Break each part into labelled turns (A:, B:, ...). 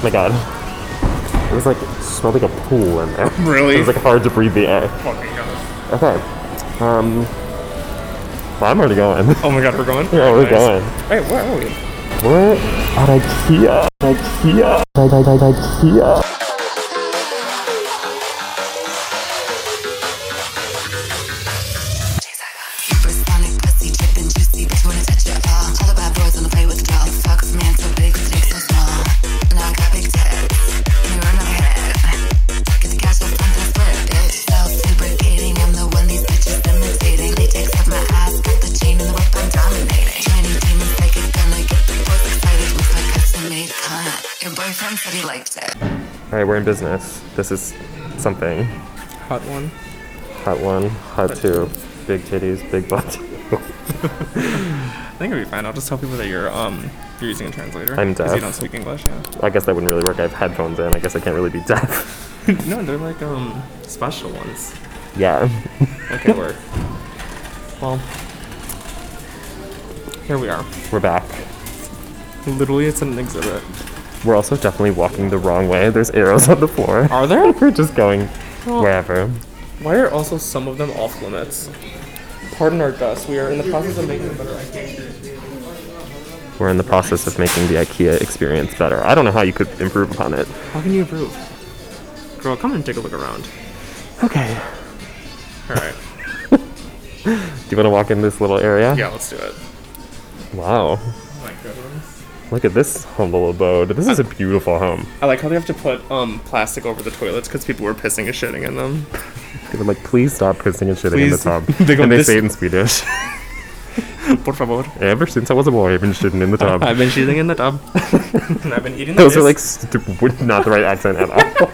A: Oh my god. It was like smelled like a pool in there.
B: Really?
A: it was like hard to breathe the air.
B: Fucking hell.
A: Okay. Um. well, I'm already going.
B: Oh my god, we're going?
A: Yeah, we're going.
B: Wait, where are we?
A: We're at IKEA. IKEA. I- I- I- IKEA.
C: Supersonic pussy, drippin' juicy, bitch wanna touch your ball. All about boys wanna play with dolls. Fuck with man so big, with dick so small. And I got big tits, mirror in my head. Get the cash, I flunk the flip, bitch. So lubricating, I'm the one these bitches imitating. They take off my ass, got the chain and the whip, I'm dominating. Tiny demons like a gun, I get the boys excited with my custom made cunt. Your boyfriend said he liked it.
A: All right, we're in business. This is something.
B: Hot one.
A: Hot one, hot two. Big titties, big butt.
B: I think it'll be fine. I'll just tell people that you're um you're using a translator.
A: I'm
B: 'cause You
A: deaf.
B: don't speak English, yeah.
A: I guess that wouldn't really work. I have headphones in. I guess I can't really be deaf.
B: no, they're like um special ones.
A: Yeah.
B: Okay, work. Well, here we are.
A: We're back.
B: Literally, it's an exhibit.
A: We're also definitely walking the wrong way. There's arrows on the floor.
B: Are there?
A: We're just going
B: Well-
A: wherever.
B: Why are also some of them off limits? Pardon our dust. We are in the process of making a better idea.
A: We're in the process of making the IKEA experience better. I don't know how you could improve upon it.
B: How can you improve? Girl, come and take a look around.
A: Okay.
B: All right.
A: Do you want to walk in this little area?
B: Yeah, let's do it.
A: Wow.
B: Oh my goodness.
A: Look at this humble abode. This is a beautiful home.
B: I like how they have to put um plastic over the toilets because people were pissing and shitting in them.
A: They were like, please stop pissing and shitting in the
B: Please.
A: tub.
B: They go,
A: and they
B: "This-
A: say it in Swedish.
B: Por favor.
A: Ever since I was a boy, I've been shitting in the tub.
B: I've been shitting in the tub. and I've been eating
A: Those are
B: this.
A: like stupid, not the right accent at all.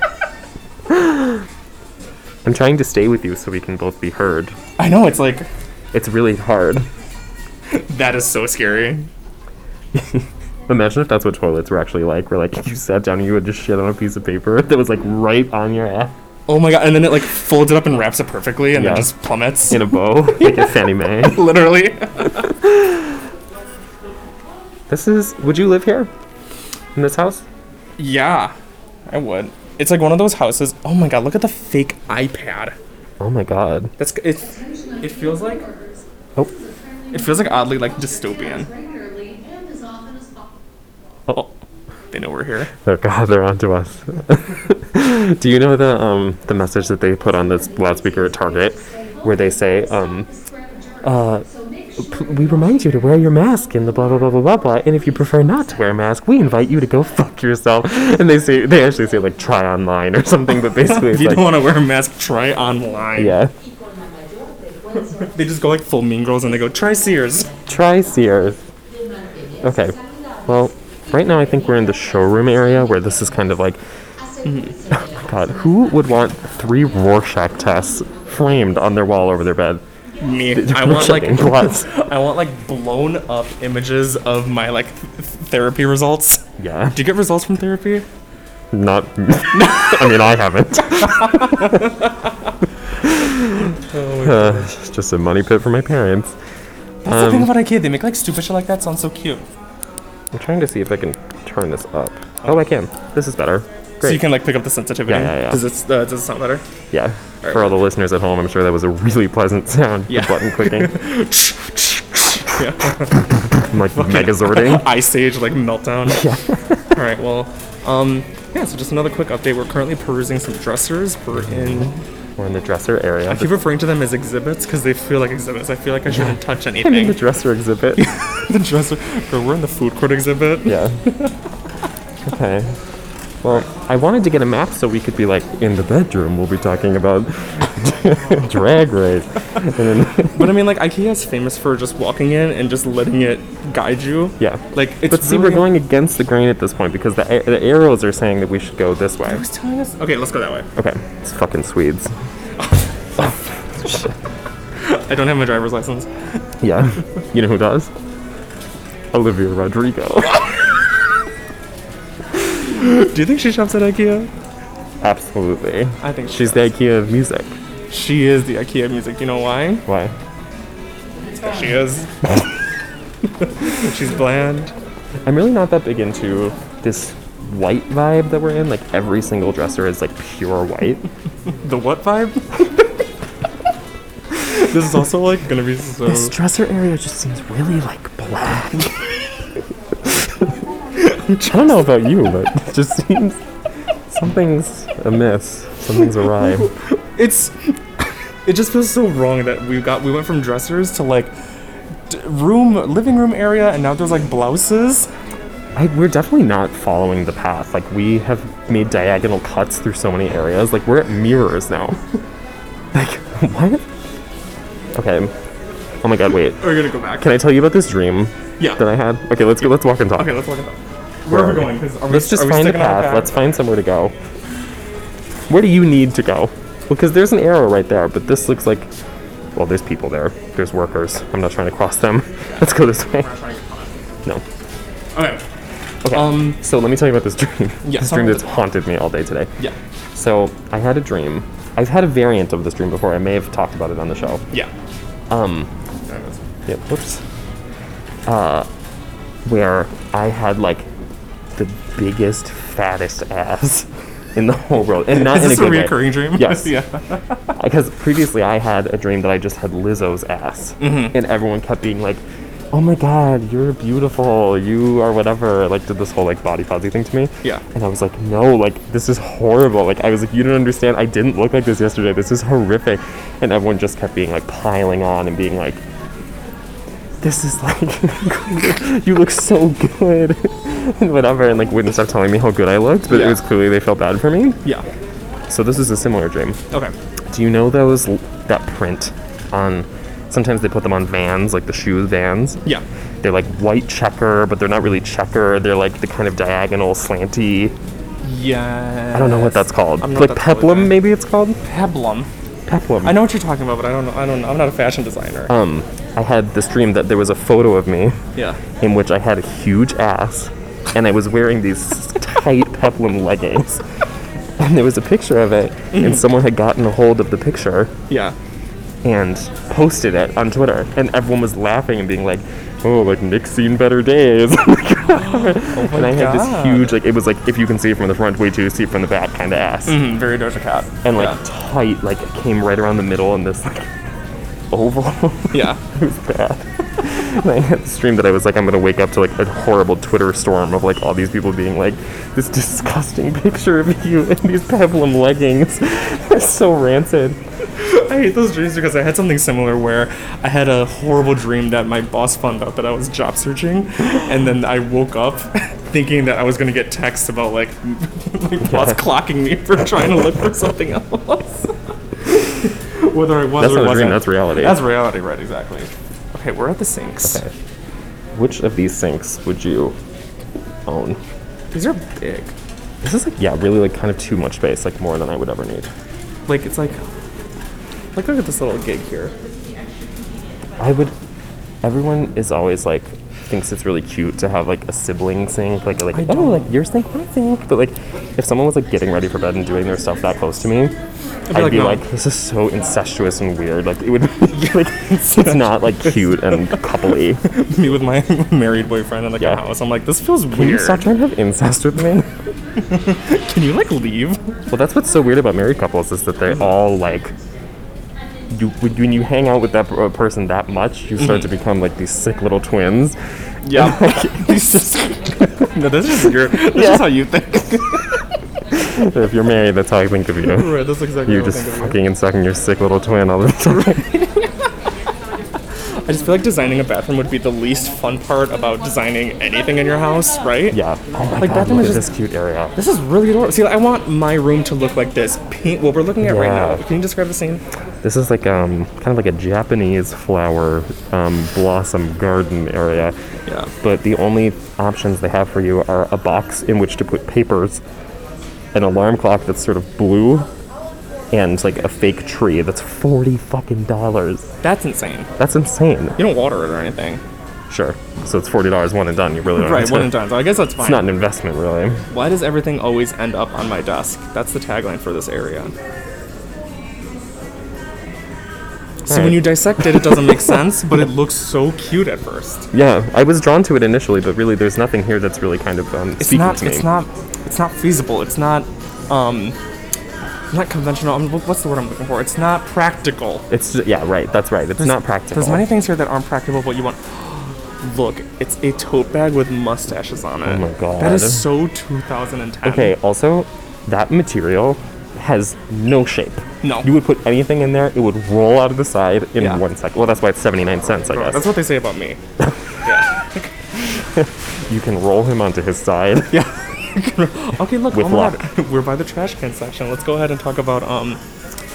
A: I'm trying to stay with you so we can both be heard.
B: I know it's like
A: It's really hard.
B: that is so scary.
A: Imagine if that's what toilets were actually like. Where like you sat down and you would just shit on a piece of paper that was like right on your ass
B: Oh my god! And then it like folds it up and wraps it perfectly, and
A: Yeah.
B: then just plummets.
A: in a bow, like a Fannie Mae.
B: Literally.
A: This is. Would you live here? In this house?
B: yeah, I would. It's like one of those houses. Oh my god! Look at the fake iPad.
A: Oh my god.
B: That's it. It feels like
A: Oh.
B: it feels like oddly like dystopian.
D: regularly and as often as possible.
A: Oh.
B: They know we're here.
A: Oh god, they're onto us. Do you know the um the message that they put on this loudspeaker at Target, where they say um, uh, p- we remind you to wear your mask and the blah blah blah blah blah blah, and if you prefer not to wear a mask, we invite you to go fuck yourself. And they say they actually say like try online or something, but basically
B: If
A: it's
B: you
A: like
B: don't want to wear a mask, try online.
A: yeah,
B: They just go like full mean girls and they go try Sears.
A: try Sears. Okay, well right now I think we're in the showroom area where this is kind of like God, who would want three Rorschach tests framed on their wall over their bed?
B: Me. I want like
A: Shitting plots.
B: I want like blown up images of my like th- therapy results.
A: Yeah,
B: Do you get results from therapy?
A: not. I mean, I haven't.
B: Oh
A: Uh, it's just a money pit for my parents.
B: That's the thing about IKEA. They make like stupid shit like that sound so cute.
A: I'm trying to see if I can turn this up. Oh, I can. This is better.
B: So
A: Great.
B: you can like pick up the sensitivity.
A: Yeah, yeah, yeah.
B: Does it uh, does it sound better?
A: yeah. For all the listeners at home, I'm sure that was a really pleasant sound. The
B: Yeah.
A: button clicking.
B: yeah.
A: I'm like megazording.
B: Ice Age like meltdown. All right. Well, um, yeah. So just another quick update. We're currently perusing some dressers. We're in.
A: We're in the dresser area.
B: I keep referring to them as exhibits because they feel like exhibits. I feel like I shouldn't touch
A: I'm in the
B: anything.
A: dresser exhibit.
B: the dresser. Girl, we're in the food court exhibit.
A: Yeah. okay. Well, I wanted to get a map so we could be like in the bedroom. We'll be talking about drag race. And then,
B: But I mean, like IKEA is famous for just walking in and just letting it guide you.
A: yeah.
B: Like it's.
A: but see,
B: really-
A: we're going against the grain at this point because the, a- the arrows are saying that we should go this way.
B: Who's telling us? Okay, let's go that way.
A: Okay. It's fucking Swedes.
B: I don't have my driver's license.
A: Yeah. You know who does? Olivia Rodrigo.
B: Do you think she shops at IKEA?
A: Absolutely.
B: I think she
A: She's the IKEA of music.
B: She is the IKEA music. You know why?
A: Why?
B: She is. She's bland.
A: I'm really not that big into this white vibe that we're in. Like every single dresser is like pure white.
B: The what vibe? this is also like gonna be so.
A: this dresser area just seems really like black. I don't know about you, but it just seems something's amiss. Something's awry.
B: It's. It just feels so wrong that we got we went from dressers to like d- room living room area and now there's like blouses.
A: I, we're definitely not following the path. Like we have made diagonal cuts through so many areas. Like we're at mirrors now. like what? Okay. Oh my god, wait.
B: We're gonna go back.
A: Can I tell you about this dream
B: yeah.
A: that I had? Okay, let's go. Let's walk and talk.
B: Okay, let's look at that. Where,
A: Where
B: are
A: are we?
B: we going? 'Cause Are we,
A: Let's just
B: are we
A: find a
B: sticking on
A: path. Let's find somewhere to go. Where do you need to go? Because there's an arrow right there, but this looks like. Well, there's people there. There's workers. I'm not trying to cross them. Let's go this way. No.
B: Okay.
A: Okay.
B: Um,
A: so let me tell you about this dream.
B: Yeah,
A: this
B: tell
A: dream
B: me
A: that's haunted me all day today.
B: Yeah.
A: So I had a dream. I've had a variant of this dream before. I may have talked about it on the show.
B: Yeah.
A: Um,
B: There it is.
A: Yep. Whoops. Uh, where I had like the biggest, fattest ass in the whole world, and not
B: Is
A: in
B: this
A: a
B: a
A: good way.
B: recurring dream?
A: Yes.
B: yeah.
A: Because previously I had a dream that I just had Lizzo's ass,
B: Mm-hmm.
A: and everyone kept being like, "Oh my God, you're beautiful. You are whatever." Like did this whole like body posy thing to me.
B: Yeah.
A: And I was like, "No, like this is horrible." Like I was like, "You don't understand. I didn't look like this yesterday. This is horrific." And everyone just kept being like piling on and being like. This is like, you look so good, and whatever, and like wouldn't stop telling me how good I looked, but
B: Yeah.
A: it was clearly they felt bad for me.
B: Yeah.
A: So this is a similar dream.
B: Okay.
A: Do you know those that print on? Sometimes they put them on vans, like the shoe vans.
B: Yeah.
A: They're like white checker, but they're not really checker. They're like the kind of diagonal, slanty.
B: Yeah.
A: I don't know what that's called.
B: I'm not
A: like
B: that color
A: peplum,
B: guy.
A: maybe it's called.
B: Peplum.
A: Peplum.
B: I know what you're talking about, but I don't know. I don't know. I'm not a fashion designer.
A: Um, I had this dream that there was a photo of me
B: yeah.
A: in which I had a huge ass, and I was wearing these tight peplum leggings. And there was a picture of it,
B: Mm.
A: and someone had gotten a hold of the picture
B: Yeah.
A: and posted it on Twitter, and everyone was laughing and being like, "Oh, like Nick's seen better days." Oh and I had
B: Oh
A: this
B: God.
A: huge, like, it was like if you can see it from the front, way too see it from the back, kind of ass,
B: Mm, very Doja Cat.
A: and like tight, like it came right around the middle in this like oval. it
B: Yeah. yeah.
A: was bad. and I had the stream that I was like, I'm gonna wake up to like a horrible Twitter storm of like all these people being like, "This disgusting picture of you in these peplum leggings, they're so rancid."
B: I hate those dreams because I had something similar where I had a horrible dream that my boss found out that I was job searching, and then I woke up thinking that I was gonna get texts about like my boss clocking me for trying to look for something else. Whether I was
A: That's
B: or
A: not a
B: wasn't.
A: dream. That's reality.
B: That's reality, right? Exactly. Okay, we're at the sinks.
A: Okay. Which of these sinks would you own?
B: These are big.
A: This is like, yeah, really like kind of too much space, like more than I would ever need.
B: Like it's like, like look at this little gig here.
A: I would, everyone is always like, thinks it's really cute to have like a sibling sink, like, like oh,
B: don't.
A: like your sink, my sink. But like, if someone was like getting ready for bed and doing their stuff that close to me, I'd be, like,
B: like, no.
A: this is so incestuous and weird. Like, it would, like, it's not like cute and coupley.
B: Me with my married boyfriend in like
A: Yeah.
B: a house. I'm like, this feels
A: Can you
B: weird.
A: stop trying to have incest with me?
B: Can you like leave?
A: Well, that's what's so weird about married couples is that they all like you when when you hang out with that per- person that much, you start
B: Mm-hmm.
A: to become like these sick little twins.
B: Yeah. no, that's just your. That's just how you think.
A: if you're married, that's how I think of you.
B: right, that's exactly.
A: You're
B: what I
A: just
B: think of you.
A: fucking and sucking your sick little twin all the time.
B: I just feel like designing a bathroom would be the least fun part about designing anything in your house, right?
A: yeah. Oh my
B: Like,
A: god,
B: bathroom
A: look
B: is
A: at
B: just-
A: this cute area.
B: This is really adorable. See, I want my room to look like this. Paint. What we're looking at right
A: Yeah.
B: now. Can you describe the scene?
A: This is like um kind of like a Japanese flower um, blossom garden area.
B: Yeah.
A: But the only options they have for you are a box in which to put papers, an alarm clock that's sort of blue, and like a fake tree that's forty fucking dollars.
B: That's insane.
A: That's insane.
B: You don't water it or anything.
A: Sure. So it's forty dollars one and done. You really don't have
B: Right,
A: to-
B: one and done. So I guess that's fine.
A: It's not an investment, really.
B: Why does everything always end up on my desk? That's the tagline for this area. So when
A: Alright.
B: you dissect it, it doesn't make sense, but it looks so cute at first.
A: Yeah, I was drawn to it initially, but really, there's nothing here that's really kind of um,
B: It's
A: speaking
B: not.
A: to me.
B: It's not. It's it's not feasible. It's not um, not conventional. I'm, what's the word I'm looking for? It's not practical.
A: It's yeah, right. That's right. It's not practical.
B: There's many things here that aren't practical, but you want. Look, it's a tote bag with mustaches on it.
A: Oh my god.
B: That is so 2010.
A: Okay, also, that material has no shape.
B: No.
A: You would put anything in there, it would roll out of the side in
B: Yeah.
A: one second. Well, that's why it's 79 cents, I
B: Right,
A: guess.
B: That's what they say about me.
A: you can roll him onto his side.
B: Yeah. okay, look,
A: With
B: oh my God, we're by the trash can section. Let's go ahead and talk about um,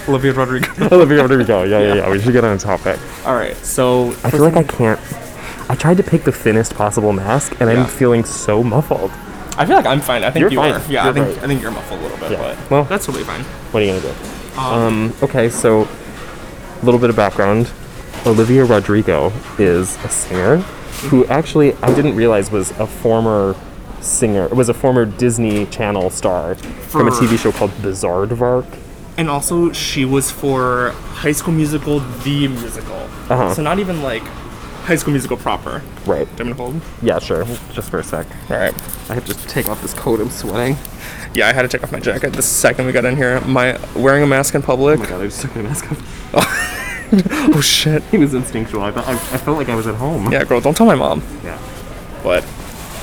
B: Olivia Rodrigo.
A: Olivia Rodrigo. Yeah, yeah, yeah. We should get on topic.
B: All right, so
A: I feel like I can't. I tried to pick the thinnest possible mask, and
B: Yeah.
A: I'm feeling so muffled.
B: I feel like I'm fine. I think
A: You're
B: you
A: fine.
B: are. Yeah,
A: You're
B: I think
A: right.
B: I think you're muffled a little bit,
A: Yeah.
B: but
A: Well-
B: that's totally fine.
A: What are you gonna do? Um, okay, so a little bit of background. Olivia Rodrigo is a singer who actually I didn't realize was a former singer was a former Disney Channel star from a
B: For-
A: TV show called Bizarre Vark.
B: And also, she was for High School Musical, the musical.
A: Uh-huh.
B: So not even like High School Musical proper.
A: Right. Oh
B: Do you want me to hold?
A: Yeah, sure. Just for a sec.
B: All right. I have to take off this coat. I'm sweating. Yeah, I had to take off my jacket the second we got in here. My wearing a mask in public.
A: God, I just took Oh my mask off.
B: Oh shit.
A: It was instinctual. I thought I, I felt like I was at home.
B: Yeah, girl, don't tell my mom.
A: Yeah.
B: But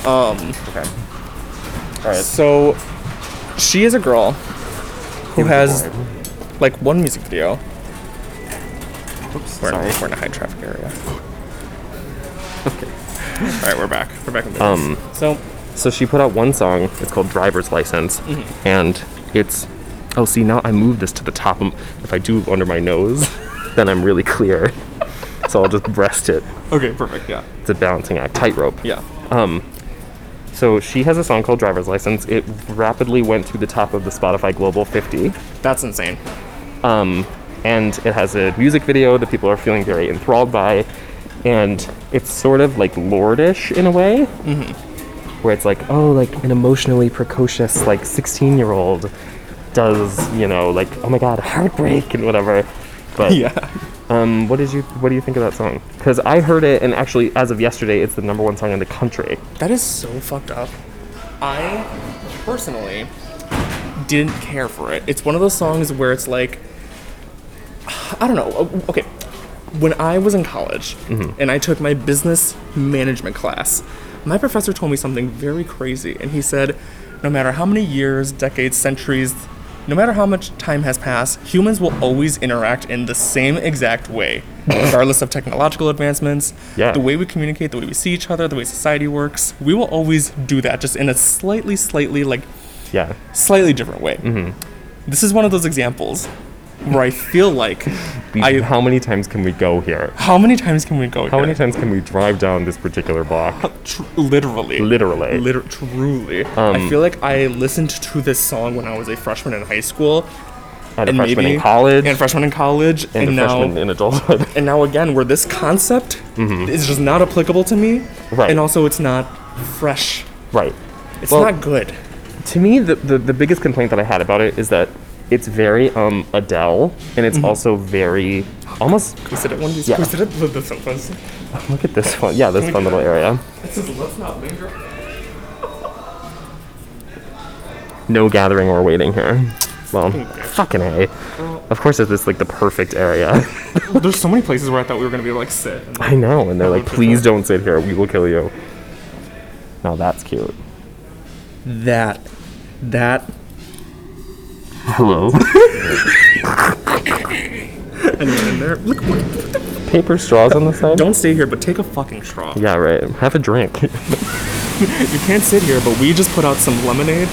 A: Okay. All right.
B: so she is a girl who has
A: Bored.
B: like one music video. Oops, we're,
A: sorry.
B: In, we're in a high traffic area.
A: Okay.
B: All right, we're back. We're back in business.
A: Um,
B: so
A: So she put out one song. It's called Driver's License, and it's oh, see now I moved this to the top. of- If I do under my nose, then I'm really clear. so I'll just breast it.
B: okay, perfect. Yeah,
A: It's a balancing act, tightrope.
B: yeah.
A: So she has a song called Driver's License. It rapidly went to the top of the Spotify Global 50,
B: That's insane.
A: and it has a music video that people are feeling very enthralled by, and it's sort of like lordish in a way.
B: Mm-hmm.
A: where it's like, oh, like an emotionally precocious, like 16 year old does, you know, like, oh my god, heartbreak and whatever. But
B: Yeah.
A: um, what did you what do you think of that song? Because I heard it, and actually, as of yesterday, it's the number one song in the country.
B: That is so fucked up. I personally didn't care for it. It's one of those songs where it's like, I don't know. uh, Okay, when I was in college and I took my business management class, my professor told me something very crazy, and he said, no matter how many years, decades, centuries, no matter how much time has passed, humans will always interact in the same exact way, regardless of technological advancements,
A: Yeah.
B: the way we communicate, the way we see each other, the way society works. We will always do that, just in a slightly, slightly, like,
A: Yeah,
B: slightly different way.
A: Mm-hmm.
B: This is one of those examples where I feel like
A: We-
B: I
A: how many times can we go here?
B: how many times can we go
A: How
B: here?
A: many times can we drive down this particular block?
B: Tr- literally.
A: Literally.
B: Liter- truly.
A: um,
B: I feel like I listened to this song when I was a freshman in high school.
A: And a
B: and
A: freshman
B: maybe,
A: in college,
B: And a
A: and,
B: freshman in college. And,
A: a
B: now,
A: freshman in adulthood.
B: and now again, where this concept is just not applicable to me.
A: Right.
B: And also, it's not fresh.
A: right.
B: It's
A: Well,
B: not good.
A: to me the, the, the biggest complaint that i had about it is that it's very um, adele and it's also very almost
B: We sit at one of these.
A: yeah.
B: We sit at the, the sofas.
A: look at this one yeah this
B: Can we
A: fun
B: do
A: little
B: that?
A: area
B: It says, let's not linger.
A: no gathering or waiting here well fucking a of course it's this like the perfect area
B: There's so many places where I thought we were gonna be able to, like sit. And, like,
A: i know and they're like
B: Okay.
A: please don't sit here we will kill you now that's cute
B: that, that.
A: hello
B: Anyone in there? Look, look,
A: paper straws on the side
B: don't stay here, but take a fucking straw.
A: yeah right have a drink
B: You can't sit here, but we just put out some lemonade.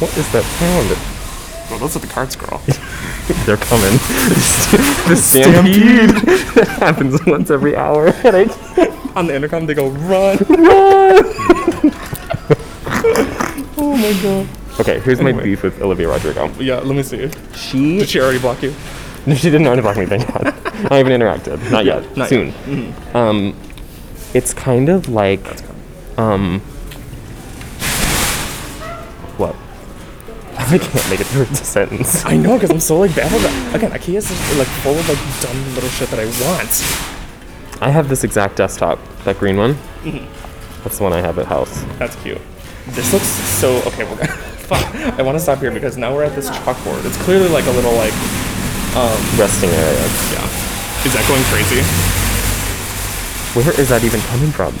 A: what is that sound
B: Well, those are the carts, girl.
A: they're coming the stampede that happens once every hour and i
B: On the intercom, they go run. oh my god.
A: Okay, here's my
B: Anyway.
A: beef with Olivia Rodrigo.
B: Yeah, let me see.
A: She
B: Did she already block you?
A: no, she didn't unblock me. Thank God. I haven't interacted. Not yet.
B: Not
A: Soon.
B: yet.
A: Um, it's kind of like, um, what? I can't make it through the sentence.
B: I know, cause I'm so like baffled. Again, IKEA's just, like full of like dumb little shit that I want.
A: Mm-hmm. I have this exact desktop, that green one. That's the one I have at house.
B: That's cute. This looks so okay. We're gonna fuck. I want to stop here because now we're at this chalkboard. It's clearly like a little like
A: Resting area.
B: yeah. Is that going crazy?
A: Where is that even coming from?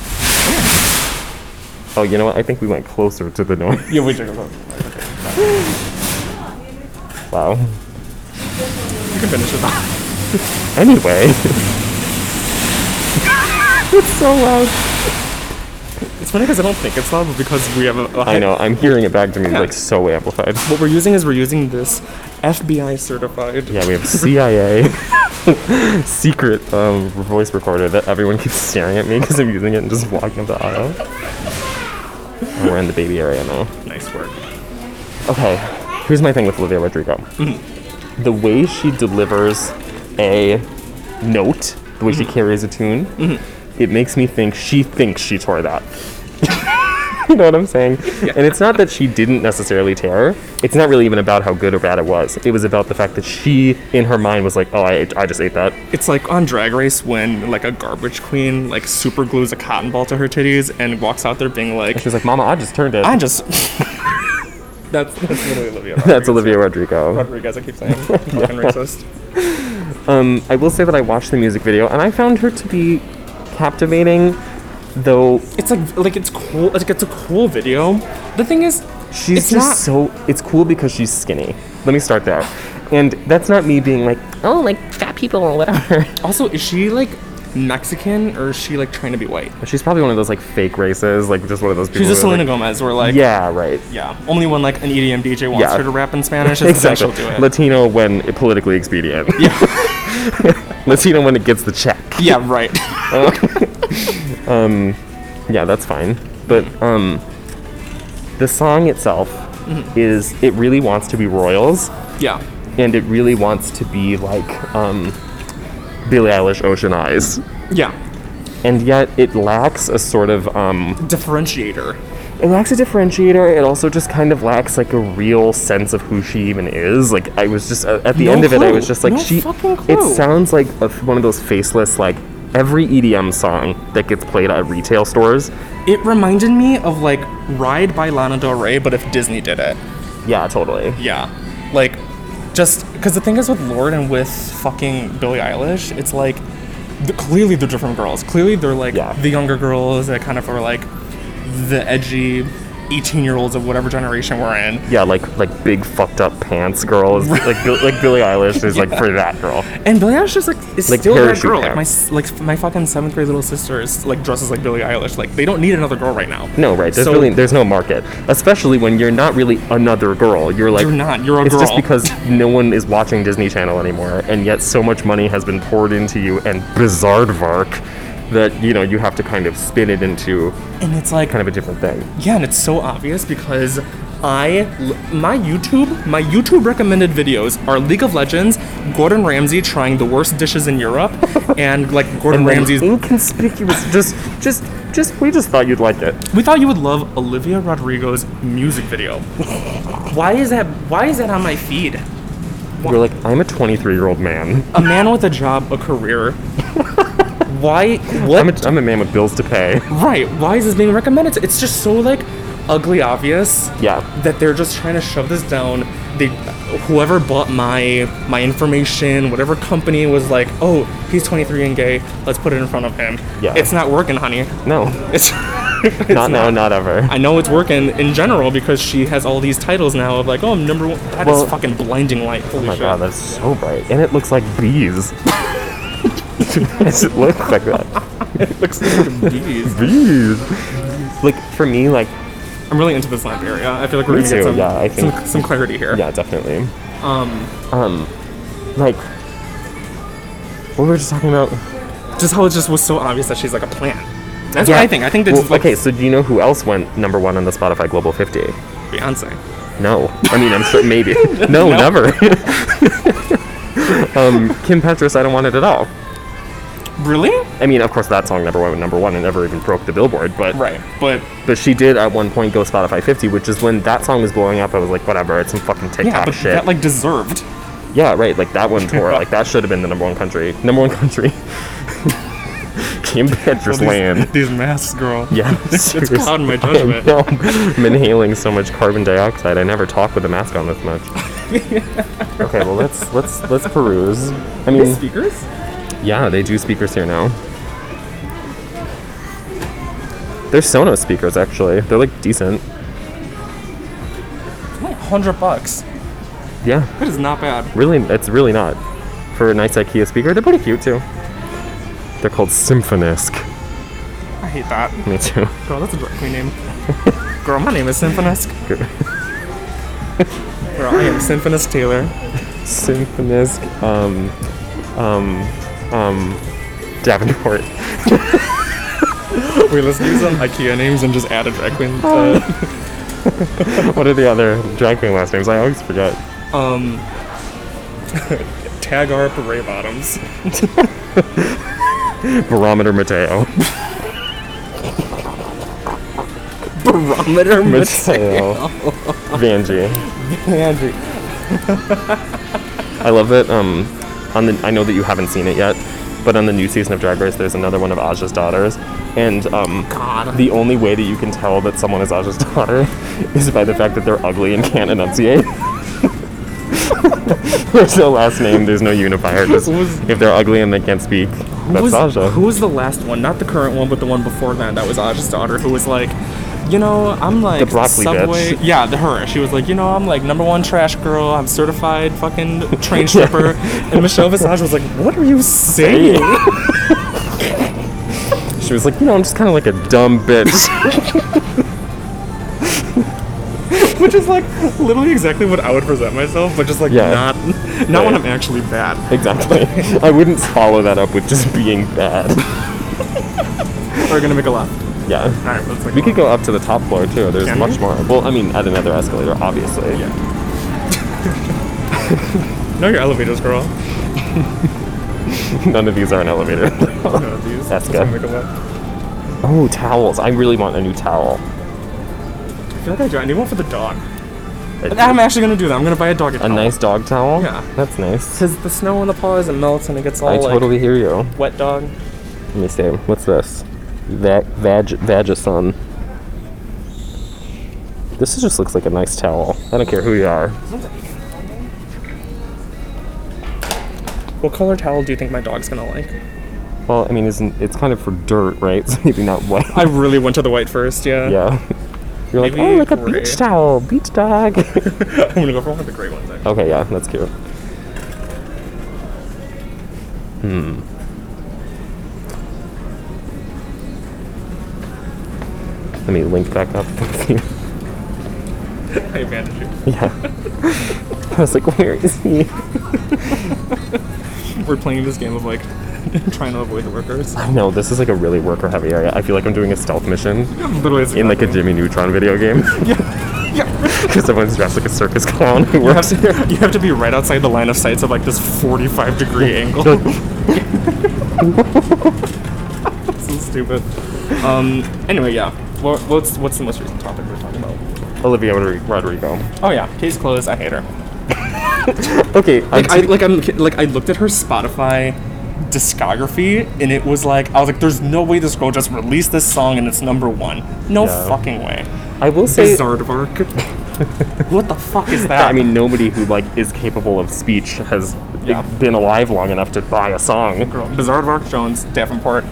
A: Oh, you know what? I think we went closer to the north.
B: Yeah, we took a look.
A: Wow.
B: You can finish it.
A: Anyway. it's so loud.
B: It's funny because I don't think it's loud, but because we have a.
A: I know. I'm hearing it back to me
B: Yeah.
A: like so amplified.
B: What we're using is we're using this FBI certified.
A: Yeah, we have CIA secret um, voice recorder that everyone keeps staring at me because I'm using it and just walking up the aisle. And we're in the baby area now.
B: Nice work.
A: Okay, here's my thing with Olivia Rodrigo. The way she delivers a note, the way she carries a tune, it makes me think she thinks she tore that. you know what I'm saying? And it's not that she didn't necessarily tear. It's not really even about how good or bad it was. It was about the fact that she, in her mind, was like, "Oh, I, I just ate that."
B: It's like on Drag Race when like a garbage queen like super glues a cotton ball to her titties and walks out there being like,
A: She was like, "Mama, I just turned it."
B: I just. that's, that's literally Olivia.
A: That's Olivia Rodrigo.
B: Rodriguez. I keep saying fucking racist.
A: Um, I will say that I watched the music video and I found her to be captivating, though
B: It's like like it's cool. Like it's a cool video. The thing is,
A: She's
B: it's
A: just
B: not,
A: so. It's cool because she's skinny. Let me start there. And that's not me being like, oh, like fat people or whatever.
B: Also, is she like Mexican or is she like trying to be white?
A: She's probably one of those like fake races, like just one of those people.
B: She's just
A: who are
B: Selena
A: like,
B: Gomez. We're like,
A: Yeah, right.
B: yeah. Only when like an E EDM DJ wants
A: Yeah.
B: her to rap in Spanish, is then she'll do it.
A: Latino when it politically expedient. Yeah. Latino when it gets the check.
B: yeah, right.
A: Yeah, that's fine. But um, the song itself
B: Mm-hmm.
A: is it really wants to be royals,
B: yeah,
A: and it really wants to be like um, Billie Eilish, Ocean Eyes.
B: yeah.
A: and yet it lacks a sort of um,
B: Differentiator.
A: it lacks a differentiator it also just kind of lacks like a real sense of who she even is like i was just uh, at the
B: No
A: end of it i was
B: clue.
A: just like
B: No
A: she
B: fucking
A: it
B: clue.
A: sounds like a, one of those faceless like every edm song that gets played at retail stores
B: It reminded me of like Ride by Lana Del Rey, but if Disney did it.
A: yeah totally
B: Yeah. Like, just because the thing is with Lord and with fucking Billie Eilish, it's like th- clearly they're different girls. Clearly they're like
A: Yeah.
B: the younger girls that kind of are like the edgy 18 year olds of whatever generation we're in.
A: yeah like like big fucked up pants girls like Bill- like billie eilish is like for that girl
B: And Billie Eilish is like is
A: Like
B: still that
A: parachute
B: girl. Like my
A: pants.
B: s- like f- my fucking seventh grade little sister is like dresses like Billie Eilish. Like they don't need another girl right now.
A: no right there's
B: So-
A: really there's no market especially when you're not really another girl you're like
B: You're not. You're a
A: it's
B: girl.
A: just because no one is watching Disney Channel anymore, and yet so much money has been poured into you and Bizarrevark that you know you have to kind of spin it into
B: and it's like
A: kind of a different thing.
B: Yeah, and it's so obvious because I my YouTube my YouTube recommended videos are League of Legends, Gordon Ramsay trying the worst dishes in Europe, and like Gordon
A: And then
B: Ramsay's.
A: inconspicuous. Just, just, just. We just thought you'd like it.
B: We thought you would love Olivia Rodrigo's music video. why is that? Why is that on my feed?
A: You're like, I'm a 23 year old man.
B: A man with a job, a career. why? What?
A: I'm a, I'm a man with bills to pay.
B: right? Why is this being recommended? to- It's just so like ugly obvious.
A: Yeah.
B: that they're just trying to shove this down. They, whoever bought my my information, whatever company was like, oh, he's 23 and gay. Let's put it in front of him.
A: Yeah.
B: it's not working, honey.
A: No.
B: It's, it's
A: not now, not ever.
B: I know it's working in general because she has all these titles now of like, oh, I'm number one. That is
A: Well-
B: fucking blinding light. Holy
A: oh my
B: shit.
A: god, that's so bright, and it looks like bees. Does it look like that?
B: Looks like bees.
A: Bees. Like for me, like
B: I'm really into this lamp area. I feel like we're
A: Me
B: gonna get
A: too,
B: some,
A: yeah, I think-
B: some some clarity here.
A: Yeah, definitely. Um, like, what were we just talking about?
B: Just how it just was so obvious that she's like a plant. That's
A: Yeah.
B: what I think. I think that's
A: Well,
B: just like
A: okay, so do you know who else went number one on the Spotify Global 50?
B: Beyonce.
A: No, I mean I'm sure maybe. No,
B: No.
A: never. um, Kim Petras, I don't want it at all.
B: Really?
A: I mean, of course, that song never went number one and never even broke the Billboard, but
B: Right. But
A: but she did at one point go Spotify 50, which is when that song was blowing up. I was like, whatever, it's some fucking TikTok
B: Yeah, but
A: shit.
B: that like deserved.
A: Yeah, right. Like that one tour, like that should have been the number one country, number one country fucking Badger's land.
B: These masks, girl.
A: Yeah,
B: it's
A: seriously.
B: clouding my
A: I
B: judgment.
A: know. I'm inhaling so much carbon dioxide. I never talk with a mask on this much. okay, well let's let's let's peruse. I mean,
B: Speakers?
A: yeah, they do speakers here now. They're Sonos speakers, actually. They're like decent.
B: Like hundred bucks.
A: Yeah,
B: That is not bad.
A: really, it's really not for a nice IKEA speaker. They're pretty cute too. They're called Symphonisk.
B: I hate that.
A: Me too.
B: Girl, that's a drag queen name. Girl, my name is Symphonisk.
A: Good.
B: Girl, I am Symphonisk Taylor.
A: Symphonisk. Um, um, um, Davenport.
B: Wait, let's do some IKEA names and just add a drag queen. Uh,
A: What are the other drag queen last names? I always forget.
B: um, tag our beret bottoms.
A: Barometer Mateo.
B: Barometer
A: Mateo. Vanjie.
B: Andrew.
A: I love it. Um, on the I know that you haven't seen it yet, but on the new season of Drag Race, there's another one of Aja's daughters, and um,
B: God.
A: the only way that you can tell that someone is Aja's daughter is by the fact that they're ugly and can't enunciate. there's no last name. There's no unifier. Just
B: Who was-
A: if they're ugly and they can't speak,
B: Who
A: that's
B: was,
A: Aja.
B: who was the last one? Not the current one, but the one before that. That was Aja's daughter, who was like, you know, I'm like
A: broccoli
B: Subway.
A: bitch.
B: Yeah, the her. She was like, you know, I'm like number one trash girl. I'm certified fucking train stripper. and Michelle Visage was like, what are you saying?
A: she was like, you know, I'm just kind of like a dumb bitch.
B: Which is like literally exactly what I would present myself, but just like
A: Yeah.
B: not not when
A: Yeah.
B: I'm actually bad.
A: exactly. I wouldn't follow that up with just being bad.
B: We're gonna make a left.
A: Yeah.
B: All right, let's make
A: We
B: a
A: could go
B: left.
A: up to the top floor too. There's
B: Can
A: much
B: we?
A: more. Well, I mean, at another escalator, obviously. Yeah.
B: Know your elevators, girl.
A: None of these are an elevator.
B: None of these.
A: That's
B: Let's go
A: good.
B: Make a left.
A: oh, towels! I really want a new towel.
B: I feel like I do. I need one for the dog.
A: A,
B: I'm actually gonna do that. I'm gonna buy a dog.
A: a nice dog towel.
B: Yeah.
A: That's nice.
B: Because the snow on the paws it melts and it gets all
A: I
B: like
A: totally hear you.
B: wet dog.
A: Let me see. What's this? Va- vag Vagison. This is- just looks like a nice towel. I don't care who you are.
B: What color towel do you think my dog's gonna like?
A: Well, I mean, isn't it's kind of for dirt, right? So maybe not white.
B: I really went to the white first, yeah.
A: yeah. You're like,
B: Maybe
A: oh, like a
B: gray."
A: beach towel, beach dog.
B: I'm gonna go for one of the gray ones actually.
A: Okay, yeah, that's cute. Hmm. Let me link back up.
B: I abandoned you.
A: yeah. I was like, where is he?
B: We're playing this game of like trying to avoid the workers.
A: I know, this is like a really worker heavy area. I feel like I'm doing a stealth mission
B: Literally it's
A: in like a Jimmy Neutron video game.
B: yeah.
A: Because someone's dressed like a circus clown who
B: You have,
A: works here.
B: to, you have to be right outside the line of sights of like this 45 degree angle. so stupid. Um. Anyway, yeah. What, what's what's the most recent topic we're talking about?
A: Olivia Rodri- Rodrigo.
B: Oh yeah, case closed. I hate her.
A: Okay,
B: Like I like I'm like I looked at her Spotify discography and it was like I was like, there's no way this girl just released this song and it's number one. No
A: Yeah.
B: fucking way.
A: I will say.
B: Zardvark. what the fuck is that?
A: I mean, nobody who like is capable of speech has
B: Yeah.
A: been alive long enough to buy a song.
B: girl, Bizarrevark Jones, Davenport.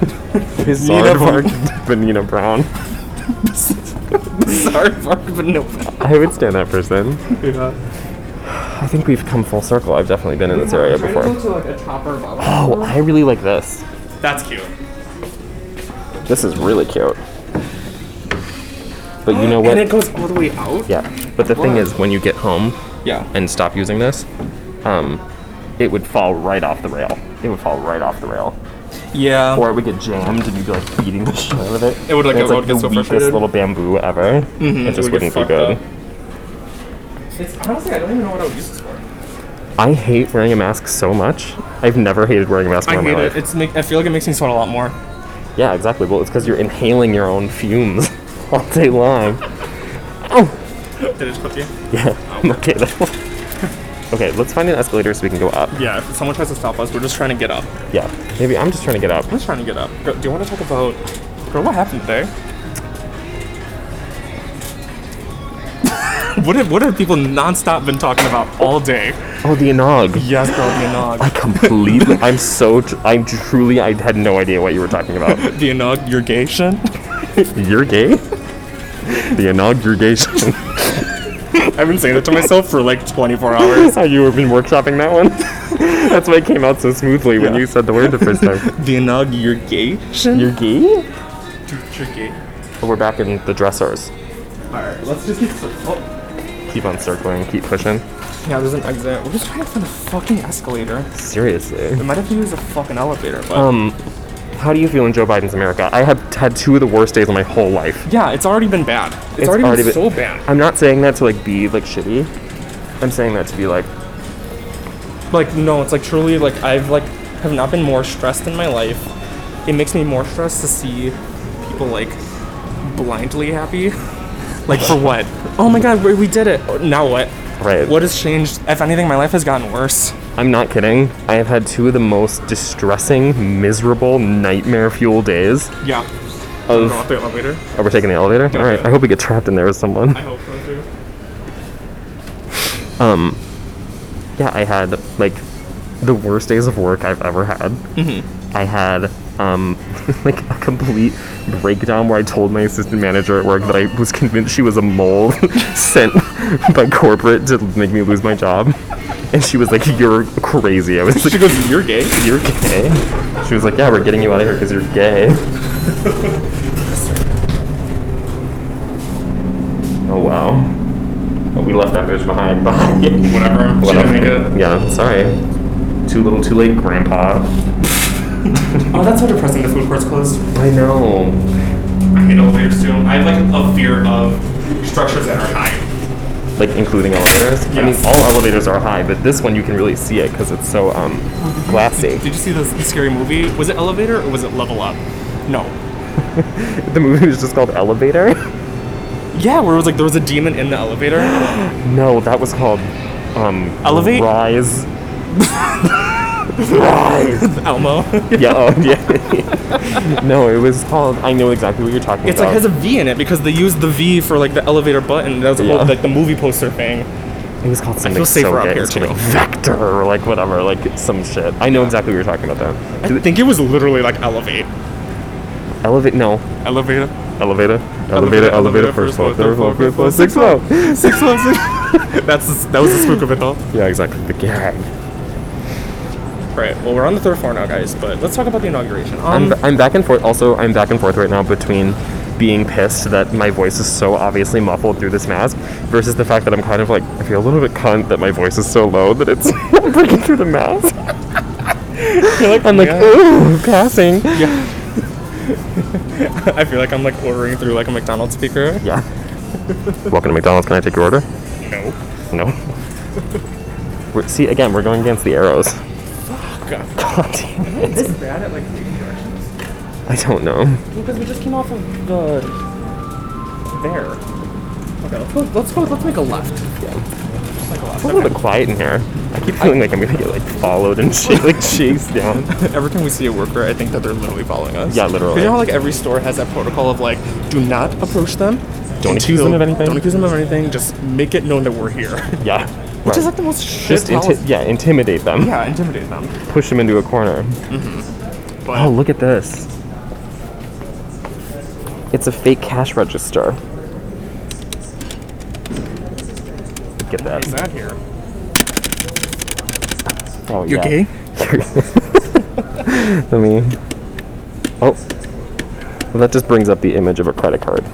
A: Bizarre Mark Benina Brown.
B: Bizarrevark Vanilla.
A: I would stand that person. I think we've come full circle. I've definitely been in this area before.
B: like a topper bottle.
A: Oh, I really like this.
B: That's cute.
A: This is really cute. But you know
B: And
A: what?
B: it goes all the way out.
A: Yeah. But the thing is, when you get home
B: Yeah.
A: and stop using this, um, it would fall right off the rail. It would fall right off the rail.
B: Yeah.
A: or it would get jammed and you'd be like beating the shit out of it.
B: It would, like,
A: And it's
B: it
A: like
B: would
A: the
B: get so
A: weakest
B: frustrated. Mm-hmm.
A: little bamboo ever. It just
B: it would
A: wouldn't be
B: get fucked
A: good.
B: up. It's honestly I don't even know what I would use this for.
A: I hate wearing a mask so much. I've never hated wearing a mask
B: I
A: more in
B: hate
A: my
B: it.
A: life.
B: It's make, I feel like it makes me sweat a lot more.
A: Yeah, exactly. Well, it's because you're inhaling your own fumes all day long.
B: Did it clip you?
A: Yeah, I'm okay though. Okay, let's find an escalator so we can go up.
B: Yeah, if someone tries to stop us, we're just trying to get up.
A: Yeah. Maybe I'm just trying to get up.
B: I'm just trying to get up. Girl, do you want to talk about, girl, what happened today? what have what have people nonstop been talking about all day?
A: Oh, the Nog.
B: Yes, girl, the anog.
A: I completely. I'm so. tr- I'm truly. I had no idea what you were talking about.
B: the inauguration.
A: You're gay? The inauguration.
B: I've been saying that to myself for like 24 hours.
A: That's how you have been workshopping that one. That's why it came out so smoothly when
B: Yeah.
A: you said the word the first time.
B: The inauguration.
A: You're gay?
B: tricky.
A: We're back in the dressers.
B: All right, let's just. Oh,
A: Keep on circling. Keep pushing.
B: yeah, there's an exit. We're just trying to find a fucking escalator.
A: Seriously.
B: It might have to use a fucking elevator, but
A: Um, how do you feel in Joe Biden's America? I have had two of the worst days of my whole life.
B: yeah, it's already been bad. It's, already, been, so bad.
A: I'm not saying that to like be like shitty. I'm saying that to be like
B: Like no, it's like truly like I've like have not been more stressed in my life. It makes me more stressed to see people like blindly happy. Like for what? Oh my god, we we did it. Oh, Now what?
A: Right.
B: What has changed? If anything, my life has gotten worse.
A: I'm not kidding. I have had two of the most distressing, miserable, nightmare fuel days
B: Yeah.
A: of.
B: Go up the elevator.
A: Oh, we're taking the elevator? Alright, I hope we get trapped in there with someone.
B: I hope so too.
A: Yeah, I had like the worst days of work I've ever had. Mm-hmm. I had um, like a complete breakdown where I told my assistant manager at work that I was convinced she was a mole sent by corporate to make me lose my job. And she was like, You're crazy. I was like,
B: She goes, "You're gay."
A: You're gay? She was like, Yeah, we're getting you out of here because you're gay. oh, wow. Oh, we left that bitch behind. Bye.
B: Whatever. She didn't make it.
A: Yeah, sorry. Too little, too late, Grandpa.
B: Oh, that's so depressing. The food court's closed.
A: I know.
B: I hate elevators too. I have like a fear of structures that are high.
A: Like, including elevators. I mean,
B: Yes.
A: all elevators are high, but this one you can really see it because it's so um glassy.
B: Did you see this scary movie? Was it Elevator or was it Level Up? No.
A: The movie was just called Elevator.
B: Yeah, where it was like there was a demon in the elevator.
A: No, that was called um
B: Elevate?
A: Rise. Rise.
B: Elmo.
A: Yeah. Oh, yeah. no, it was called. I know exactly what you're talking
B: it's like
A: about.
B: has a V in it because they used the V for like the elevator button. That was
A: Yeah.
B: like the movie poster thing.
A: it was called something
B: feel safer
A: so
B: up
A: gay.
B: here,
A: It's called,
B: too.
A: like, Vector or like whatever, like some shit. I know exactly what you're talking about though.
B: I think it was literally like Elevate.
A: Elevate? No.
B: Elevator.
A: Elevator. Elevator. Elevator. first floor. Third floor. Fifth floor. Sixth floor.
B: Six love. That's that was the spook of it all.
A: Yeah, exactly. The gag.
B: Right. Well, we're on the third floor now, guys. But let's talk about the inauguration.
A: I'm,
B: Um,
A: ba- I'm back and forth. Also, I'm back and forth right now between being pissed that my voice is so obviously muffled through this mask versus the fact that I'm kind of like, I feel a little bit cunt that my voice is so low that it's breaking through the mask. I'm like,
B: yeah.
A: ooh, passing.
B: Yeah. I feel like I'm like ordering through like a McDonald's speaker.
A: Yeah. Welcome to McDonald's. Can I take your order?
B: No.
A: No. We're, see, again, we're going against the arrows.
B: God.
A: God damn it.
B: Is this bad at like reading directions?
A: I don't know.
B: Because we just came off of the there. Okay, let's go. Let's go. Let's make a left. Yeah. Let's make a left.
A: It's a little bit quiet in here. I keep feeling like I'm gonna get like followed and shit, like chased down.
B: Every time we see a worker, I think that they're literally following us.
A: Yeah, literally.
B: You know how like every store has that protocol of like, do not approach them.
A: Don't accuse them of anything.
B: Don't accuse them of anything. Just make it known that we're here.
A: Yeah.
B: Which
A: right.
B: is like the most shit.
A: just inti-
B: policy.
A: yeah, intimidate them.
B: yeah, intimidate them.
A: Push them into a corner.
B: Mm-hmm. But
A: Oh, look at this. It's a fake cash register. Get
B: is
A: that.
B: that here?
A: Oh,
B: You
A: yeah.
B: okay?
A: Let me. Oh. Well, that just brings up the image of a credit card.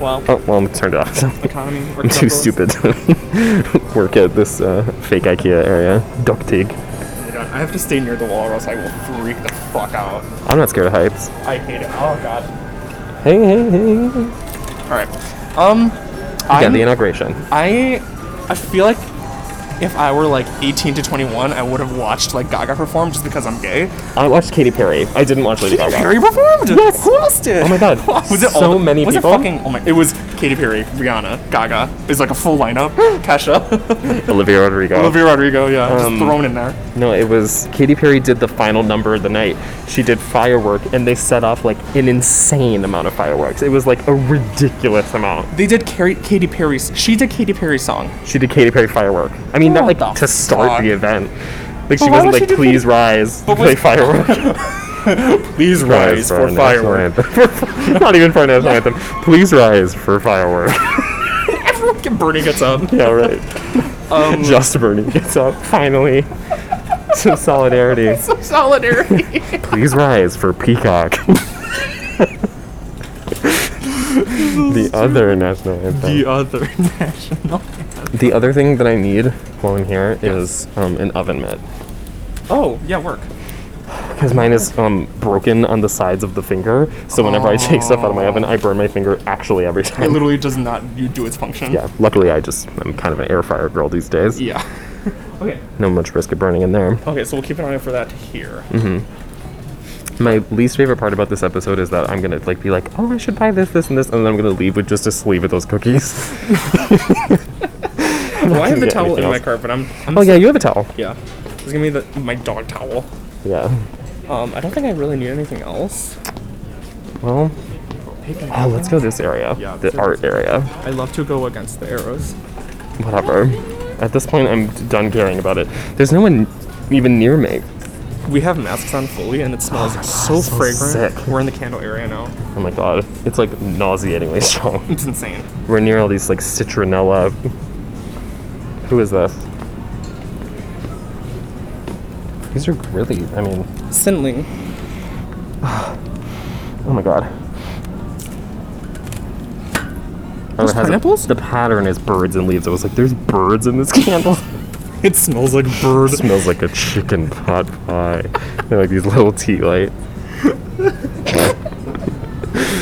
B: Well,
A: Oh, well, I'm turned it off.
B: economy.
A: I'm too stupid to work at this uh, fake IKEA area. Ductig.
B: I have to stay near the wall or else I will freak the fuck out.
A: I'm not scared of heights.
B: I hate it. Oh god.
A: Hey, hey, hey.
B: All right. Um,
A: Yeah,
B: I'm-
A: the inauguration.
B: I I feel like if I were like 18 to 21, I would have watched like Gaga perform just because I'm gay.
A: I watched Katy Perry. I didn't watch Lady Gaga.
B: Perry performed. Yes. Who else did?
A: Oh my God.
B: Was it
A: So
B: all,
A: many
B: was
A: people?
B: It fucking, oh my! It was Katy Perry, Rihanna, Gaga. It's like a full lineup. Kesha,
A: Olivia Rodrigo.
B: Olivia Rodrigo, yeah,
A: Um,
B: just thrown in there.
A: No, it was Katy Perry did the final number of the night. She did firework, and they set off like an insane amount of fireworks. It was like a ridiculous amount.
B: They did Carrie, Katy Perry's. She did Katy Perry's song.
A: She did Katy Perry firework. I mean, not
B: What
A: like
B: the
A: to start
B: fuck?
A: the event. Like she
B: why
A: wasn't
B: would she
A: like,
B: do
A: please
B: Katy-
A: rise,
B: But
A: play
B: was-
A: firework.
B: Please rise for
A: an national
B: fireworks.
A: anthem. not even for a national anthem. Please rise for firework.
B: Everyone, Bernie gets up.
A: yeah, right.
B: Um,
A: Just Bernie gets up finally. Some solidarity.
B: Solidarity.
A: Please rise for Peacock. the other national anthem.
B: the other national.
A: The, other thing that I need while I'm here is um, an oven mitt.
B: Oh yeah, work.
A: Because mine is um, broken on the sides of the finger, so whenever I take stuff out of my oven, I burn my finger actually every
B: It
A: time.
B: literally does not you do its function.
A: yeah, luckily I just, I'm kind of an air fryer girl these days.
B: Yeah. okay.
A: No much risk of burning in there.
B: Okay, so we'll keep an eye out for that here.
A: My least favorite part about this episode is that I'm gonna like be like, oh, I should buy this, this, and this, and then I'm gonna leave with just a sleeve of those cookies.
B: Well, I have the
A: Yeah,
B: towel in
A: anything
B: my
A: else?
B: car, but I'm. I'm
A: oh yeah, you have a towel.
B: Yeah. It's gonna be the, my dog towel.
A: Yeah.
B: Um, I don't think I really need anything else.
A: Well, oh, let's go this area.
B: Yeah,
A: the
B: let's go
A: art area.
B: I love to go against the arrows.
A: Whatever. At this point, I'm done caring about it. There's no one even near me.
B: We have masks on fully, and it smells so,
A: Ah, so
B: fragrant.
A: sick.
B: We're in the candle area now.
A: Oh my god, it's like nauseatingly strong.
B: It's insane.
A: We're near all these like citronella. Who is this? These are really. I mean,
B: Sindling.
A: oh my god. Oh,
B: Those
A: it has a-
B: pineapples?
A: the pattern is birds and leaves. I was like, there's birds in this candle.
B: It smells like bird.
A: It smells like a chicken pot pie. They're like these little tea lights.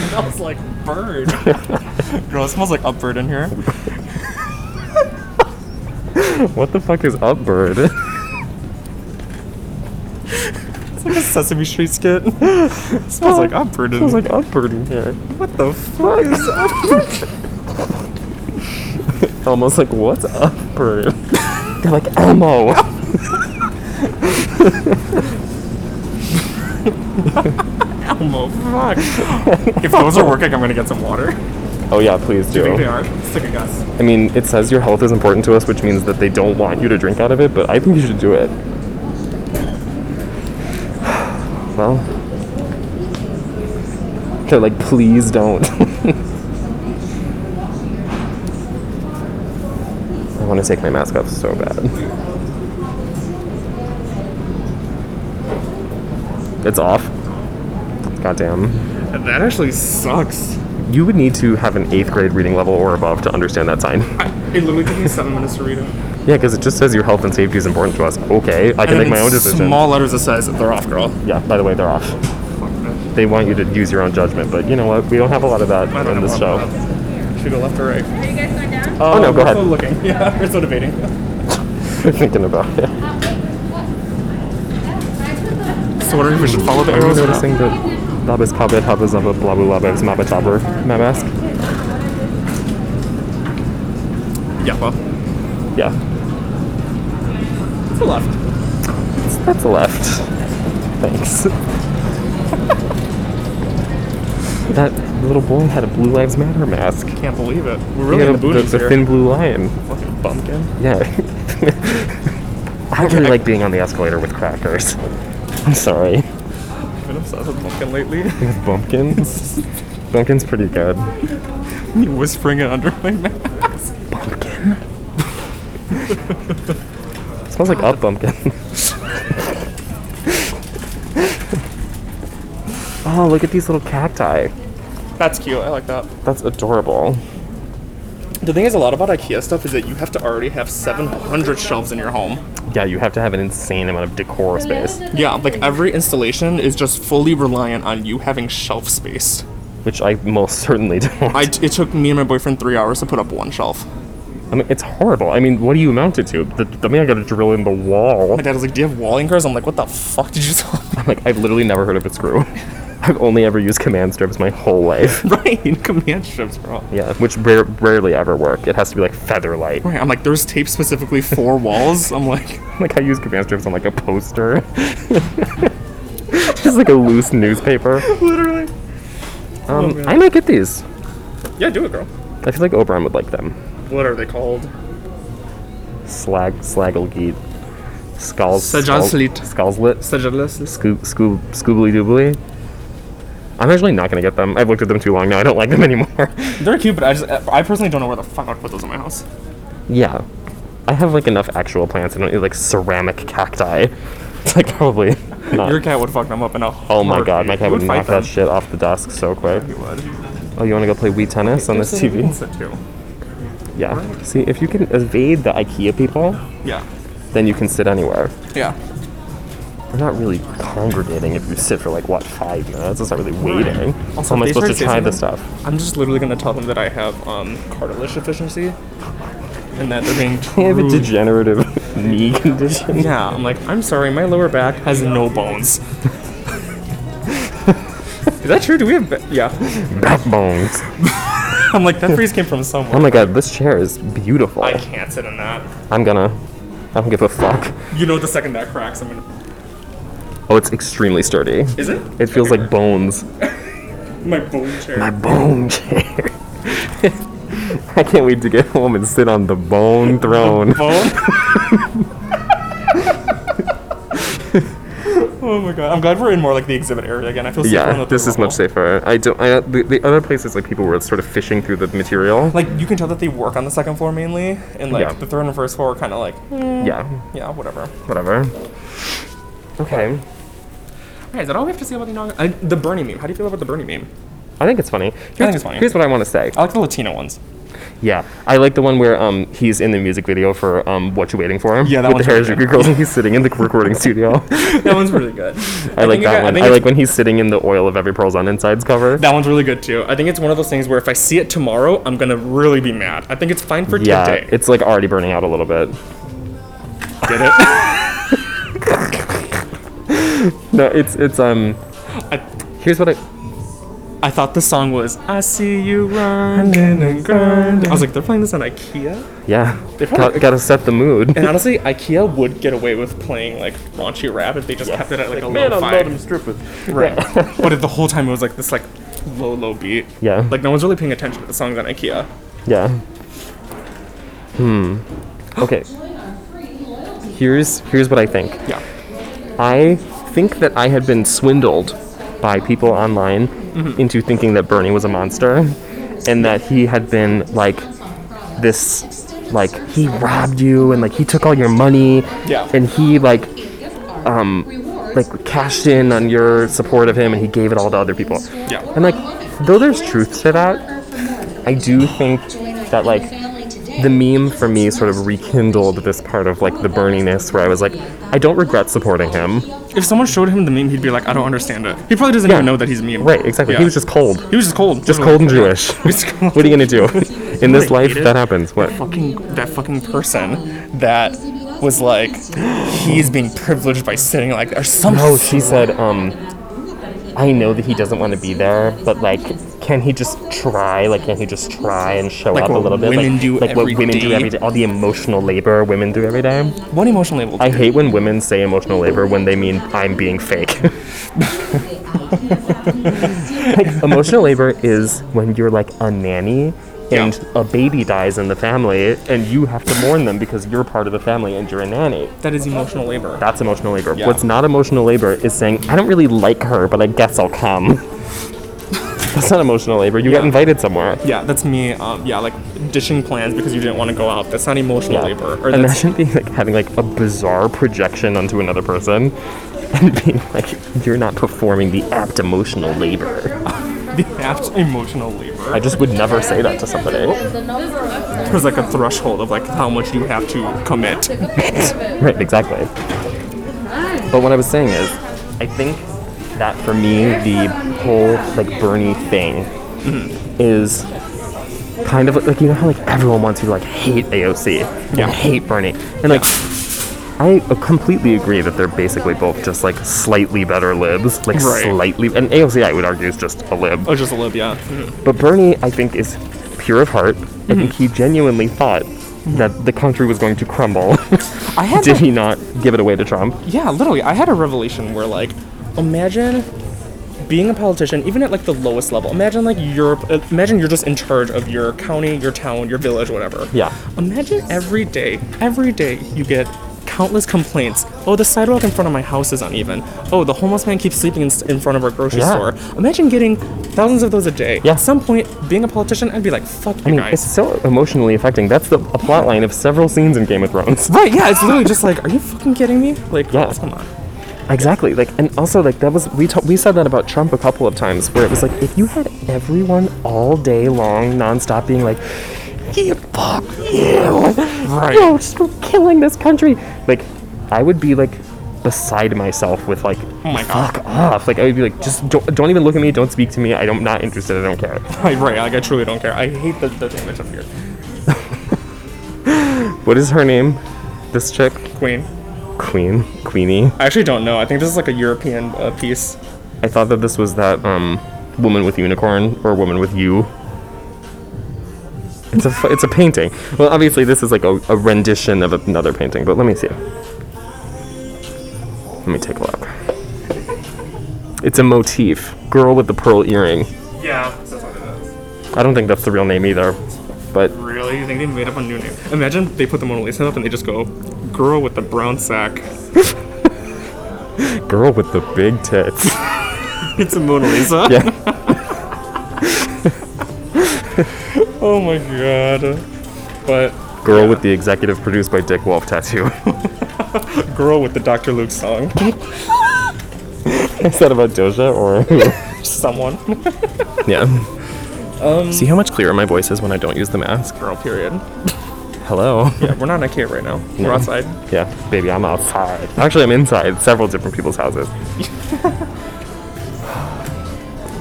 B: smells like bird. Girl, it smells like up bird in here.
A: What the fuck is up, bird?
B: It's like a Sesame Street skit. it smells like up bird in
A: Smells like up, bird in here.
B: What the fuck is up?
A: Almost like what's up, bird? They're like Elmo.
B: Elmo, Oh, fuck. if those are working, I'm gonna get some water.
A: oh yeah, please do.
B: I think they are. Let's take a guess.
A: I mean, it says your health is important to us, which means that they don't want you to drink out of it. But I think you should do it. Well, they're like, please don't. I want to take my mask off so bad. It's off. Goddamn.
B: That actually sucks.
A: You would need to have an eighth grade reading level or above to understand that sign.
B: I, it literally took me seven minutes to read it. I
A: Yeah, because it just says your health and safety is important to us. Okay, I can make my own decision.
B: Small letters that says they're off, girl.
A: Yeah, by the way, they're off. They want you to use your own judgment, but you know what? We don't have a lot of that
B: I don't
A: in this
B: know.
A: show.
B: Should we go left or right?
D: Are you guys going down?
B: Oh
A: no, go
B: we're
A: ahead.
B: Still looking. Yeah, we're still debating.
A: We're thinking about it.
B: So what do you think we should follow the
A: Are you
B: arrows? or not?
A: noticing that Labas Kabit, Habas Zaba, Blabu Labas, Mabba Tabber, Mamask?
B: Yeah, well,
A: Yeah,
B: it's the left.
A: that's a left. Thanks. that little boy had a Blue Lives Matter mask.
B: Can't believe it. We're
A: He
B: really
A: had
B: in
A: a, the,
B: the booties
A: the
B: here.
A: thin blue lion.
B: Fucking bumpkin.
A: Yeah. I don't really like being on the escalator with crackers. I'm sorry.
B: I've been obsessed with bumpkin lately.
A: With bumpkins? Bumpkin's pretty good.
B: Me whispering it under my mask.
A: Bumpkin? smells like up bumpkin. oh, look at these little cacti.
B: That's cute. I like that.
A: That's adorable.
B: The thing is, a lot about IKEA stuff is that you have to already have 700 shelves in your home.
A: Yeah, you have to have an insane amount of decor space,
B: Yeah, like every installation is just fully reliant on you having shelf space.
A: which I most certainly don't.
B: I, it took me and my boyfriend three hours to put up one shelf.
A: I mean, it's horrible. I mean, what do you amount it to? The, the man got to drill in the wall.
B: My dad was like, "Do you have wall anchors?" I'm like, "What the fuck did you tell me?"
A: Like I've literally never heard of it screw. I've only ever used command strips my whole life.
B: Right, command strips, bro.
A: Yeah, which rare, rarely ever work. It has to be like feather light.
B: Right, I'm like, there's tape specifically for walls. I'm like,
A: Like I use command strips on like a poster. Just like a loose newspaper.
B: literally.
A: Um,
B: man.
A: I might get these.
B: Yeah, do it, girl.
A: I feel like Oberon would like them.
B: What are they called?
A: Slag, slagglegeet, skulls,
B: Sajaslit.
A: skulslit,
B: Sedulous.
A: scoob, scoob, scoobly doobly. I'm actually not gonna get them. I've looked at them too long now. I don't like them anymore.
B: They're cute, but I just, I personally don't know where the fuck I'd put those in my house.
A: yeah, I have like enough actual plants. I don't need like ceramic cacti. It's like probably not.
B: Your cat would fuck them up in a
A: oh my god, my cat would knock
B: fight
A: that shit off the desk so quick.
B: He would.
A: Oh, you wanna go play Wii tennis on this
B: There's something
A: TV?
B: else that too.
A: Yeah. See, if you can evade the IKEA people,
B: Yeah.
A: then you can sit anywhere.
B: Yeah.
A: We're not really congregating if you sit for like what five minutes. It's not really waiting.
B: Also,
A: How am I
B: they
A: supposed to
B: started
A: try
B: saying
A: this
B: something-
A: stuff?
B: I'm just literally gonna tell them that I have um, cartilage deficiency, and that they're being
A: I have a
B: rude.
A: degenerative knee condition.
B: Yeah, I'm like, I'm sorry, my lower back has no bones. Is that true? Do we have? Ba- yeah.
A: Back bones.
B: I'm like, that phrase came from
A: Oh
B: somewhere.
A: my god, this chair is beautiful.
B: I can't sit in that.
A: I'm gonna. I don't give a fuck.
B: You know, the second that cracks, I'm gonna.
A: Oh, it's extremely sturdy.
B: Is it?
A: It feels like bones.
B: My bone chair.
A: My bone chair. I can't wait to get home and sit on the bone throne.
B: phone. oh my god! I'm glad we're in more like the exhibit area again. I feel safer on
A: Yeah,
B: the
A: this
B: third
A: is much
B: level.
A: safer. I don't. I, the, the other places like people were sort of fishing through the material.
B: Like you can tell that they work on the second floor mainly, and like
A: Yeah.
B: the third and first floor are kind of like
A: yeah,
B: yeah, whatever.
A: whatever. Okay,
B: Alright, is that all we have to say about the inaugural? I, the Bernie meme. How do you feel about the Bernie meme?
A: I think it's funny. Here's,
B: it's funny. Uh,
A: Here's what I want to say.
B: I like the Latino ones.
A: Yeah, I like the one where um he's in the music video for um what you waiting for
B: Yeah, that
A: with
B: one's
A: the
B: really
A: Harris
B: good.
A: Girls and he's sitting in the recording studio.
B: That one's really good.
A: I like
B: think it
A: that
B: got-
A: one.
B: think
A: I
B: it's-
A: like when he's sitting in the oil of every pearls on insides cover.
B: That one's really good too. I think it's one of those things where if I see it tomorrow, I'm gonna really be mad. I think it's fine for
A: yeah,
B: today.
A: it's like already burning out a little bit.
B: Get it?
A: No, it's it's um.
B: I-
A: Here's what I.
B: I thought the song was I see you running and grinding. I was like, they're playing this on IKEA?
A: Yeah,
B: probably-
A: got, gotta set the mood.
B: And honestly, IKEA would get away with playing like raunchy rap if they just kept it at like, a low five.
A: strippers.
B: Right. but if the whole time it was like this like low low beat.
A: Yeah.
B: Like no one's really paying attention to the songs on IKEA.
A: Yeah. Hmm. Okay. Here's here's what I think.
B: Yeah.
A: I think that I had been swindled by people online into thinking that Bernie was a monster and that he had been like this like he robbed you and like he took all your money
B: Yeah.
A: and he like um like cashed in on your support of him and he gave it all to other people.
B: Yeah.
A: And like though there's truth to that, I do think that like the meme for me sort of rekindled this part of like the Berniness where I was like, I don't regret supporting him.
B: If someone showed him the meme, he'd be like, I don't understand it. He probably doesn't
A: Yeah.
B: even know that he's a meme.
A: Right, exactly. He
B: Yeah.
A: was just cold.
B: He was just cold.
A: Just
B: literally.
A: cold and Jewish.
B: Just cold.
A: what are you gonna do? In this
B: What,
A: life,
B: hate it?
A: that happens. What?
B: fucking that fucking person that was like he's being privileged by sitting like or some
A: No, she said, um, I know that he doesn't want to be there, but like, can he just try? Like, can he just try and show
B: Like
A: up a
B: what
A: little bit?
B: women
A: like,
B: do
A: like what
B: every
A: women do
B: day.
A: every day, all the emotional labor women do every day.
B: one emotional label.
A: I hate when women say emotional labor when they mean I'm being fake. like, emotional labor is when you're like a nanny and a baby dies in the family and you have to mourn them because you're part of the family and you're a nanny.
B: that is emotional labor.
A: That's emotional labor.
B: Yeah.
A: What's not emotional labor is saying, I don't really like her, but I guess I'll come. That's not emotional labor. You got
B: Yeah.
A: invited somewhere.
B: yeah, that's me. Um, yeah, like dishing plans because you didn't want to go out. That's not emotional labor. Or that's,
A: Imagine being like having like a bizarre projection onto another person and being like, you're not performing the apt emotional labor.
B: the apt emotional labor.
A: I just would never say that to somebody.
B: There's like a threshold of like how much you have to commit.
A: Right, exactly. But what I was saying is, I think that for me, the whole like Bernie thing
B: Mm-hmm.
A: is kind of like you know how like everyone wants you to like hate AOC and
B: Yeah.
A: hate Bernie and like I completely agree that they're basically both just like slightly better libs, like
B: Right.
A: slightly. And AOC, I would argue, is just a lib.
B: Oh, just a lib, yeah.
A: But Bernie, I think, is pure of heart. I
B: Mm-hmm.
A: think he genuinely thought that the country was going to crumble.
B: I had
A: Did
B: a-
A: he not give it away to Trump?
B: Yeah, literally, I had a revelation where like, imagine being a politician, even at like the lowest level. Imagine like you're, imagine you're just in charge of your county, your town, your village, whatever.
A: Yeah.
B: Imagine every day, every day you get countless complaints. Oh, the sidewalk in front of my house is uneven. Oh, the homeless man keeps sleeping in, in front of our grocery
A: Yeah.
B: store. Imagine getting thousands of those a day.
A: Yeah.
B: At some point, being a politician, I'd be like, fuck you
A: I mean,
B: guys.
A: it's so emotionally affecting. That's the a plot line of several scenes in Game of Thrones.
B: Right, yeah, it's literally just like, are you fucking kidding me? Like,
A: Yeah.
B: come on.
A: Exactly. Like, and also like that was we ta- we said that about Trump a couple of times, where it was like if you had everyone all day long, nonstop, being like, "You fuck you,
B: Right.
A: you're just killing this country," like I would be like beside myself with like
B: Oh my god.
A: off. Like I would be like, just don't, don't even look at me, don't speak to me. I don't not interested. I don't care.
B: Right, right, like I truly don't care. I hate the, the damage up here.
A: What is her name? This chick,
B: Queen.
A: Queen, Queenie.
B: I actually don't know. I think this is like a European uh, piece.
A: I thought that this was that um, woman with unicorn or woman with you. It's a fu- it's a painting. Well, obviously this is like a, a rendition of another painting, but let me see. Let me take a look. It's a motif. Girl with the pearl earring.
B: Yeah, that's what it is.
A: I don't think that's the real name either, but
B: Really? You think they made up a new name? Imagine they put the Mona Lisa up and they just go, girl with the brown sack.
A: girl with the big tits.
B: it's a Mona Lisa?
A: Yeah.
B: Oh my god. But
A: Girl with the executive produced by Dick Wolf tattoo.
B: girl with the Dr. Luke song.
A: Is that about Doja or?
B: Someone.
A: yeah. See how much clearer my voice is when I don't use the mask.
B: Girl, period.
A: Hello.
B: Yeah, we're not in a cave right now. We're outside.
A: Yeah, baby, I'm outside. Actually, I'm inside several different people's houses.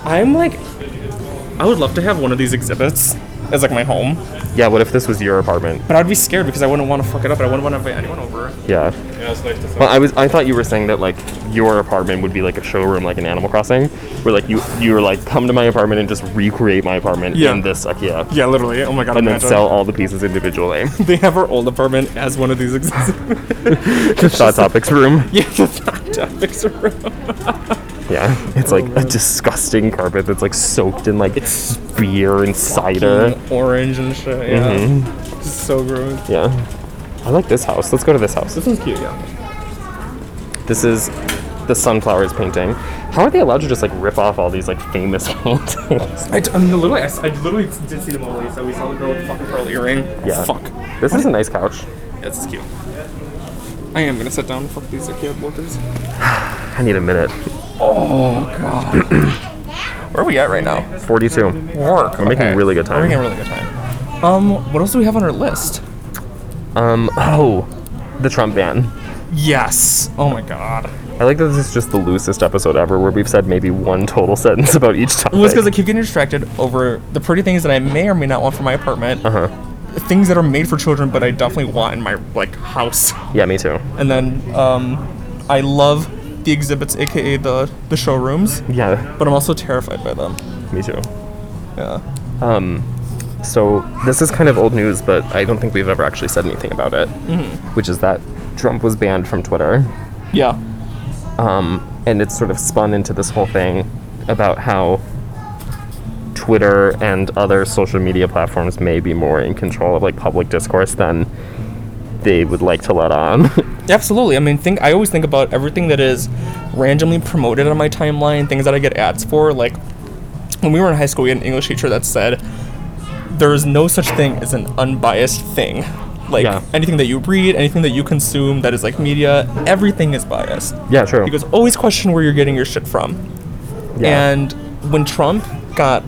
B: I'm like, I would love to have one of these exhibits as like my home,
A: Yeah, what if this was your apartment?
B: but I'd be scared because I wouldn't want to fuck it up. and I wouldn't want to invite anyone over.
A: Yeah.
B: Yeah, it's like
A: Well, I was I thought you were saying that like your apartment would be like a showroom like an Animal Crossing, where like you you were like come to my apartment and just recreate my apartment
B: Yeah.
A: in this IKEA.
B: yeah, literally. Oh my god,
A: And then
B: imagine.
A: sell all the pieces individually.
B: They have our old apartment as one of these exhibits.
A: Thought topics room.
B: yeah, the fact of fixer room.
A: Yeah, it's like a disgusting carpet that's like soaked in like beer and cider.
B: Orange and shit. Yeah,
A: Mm-hmm.
B: so gross.
A: Yeah, I like this house. Let's go to this house.
B: This one's cute. Yeah.
A: This is the sunflowers painting. How are they allowed to just like rip off all these like famous paintings?
B: I, t- I mean, literally, I, s- I literally did see the Mona Lisa. We saw the girl with the fucking pearl earring.
A: Yeah.
B: Fuck.
A: This is a nice couch.
B: This is cute. I am gonna sit down and fuck these IKEA workers.
A: I need a minute.
B: Oh, Where are we at right now?
A: 42.
B: Work. We're
A: making really good time.
B: We're making really good time. Um, what else do we have on our list?
A: Um. Oh, the Trump ban.
B: Yes. Oh my god.
A: I like that this is just the loosest episode ever, where we've said maybe one total sentence about each topic.
B: It was because I keep getting distracted over the pretty things that I may or may not want for my apartment. Uh huh. Things that are made for children, but I definitely want in my like house.
A: yeah, me too.
B: And then um, I love the exhibits, aka the the showrooms,
A: Yeah,
B: but I'm also terrified by them.
A: me too.
B: Yeah.
A: So this is kind of old news, but I don't think we've ever actually said anything about it, which is that Trump was banned from Twitter.
B: Yeah.
A: and it's sort of spun into this whole thing about how Twitter and other social media platforms may be more in control of like public discourse than they would like to let on.
B: Absolutely. I mean, think I always think about everything that is randomly promoted on my timeline, things that I get ads for. Like when we were in high school, we had an English teacher that said, "There is no such thing as an unbiased thing. Like
A: Yeah.
B: anything that you read, anything that you consume that is like media, everything is biased.
A: yeah, true.
B: Because always question where you're getting your shit from."
A: yeah.
B: And when Trump got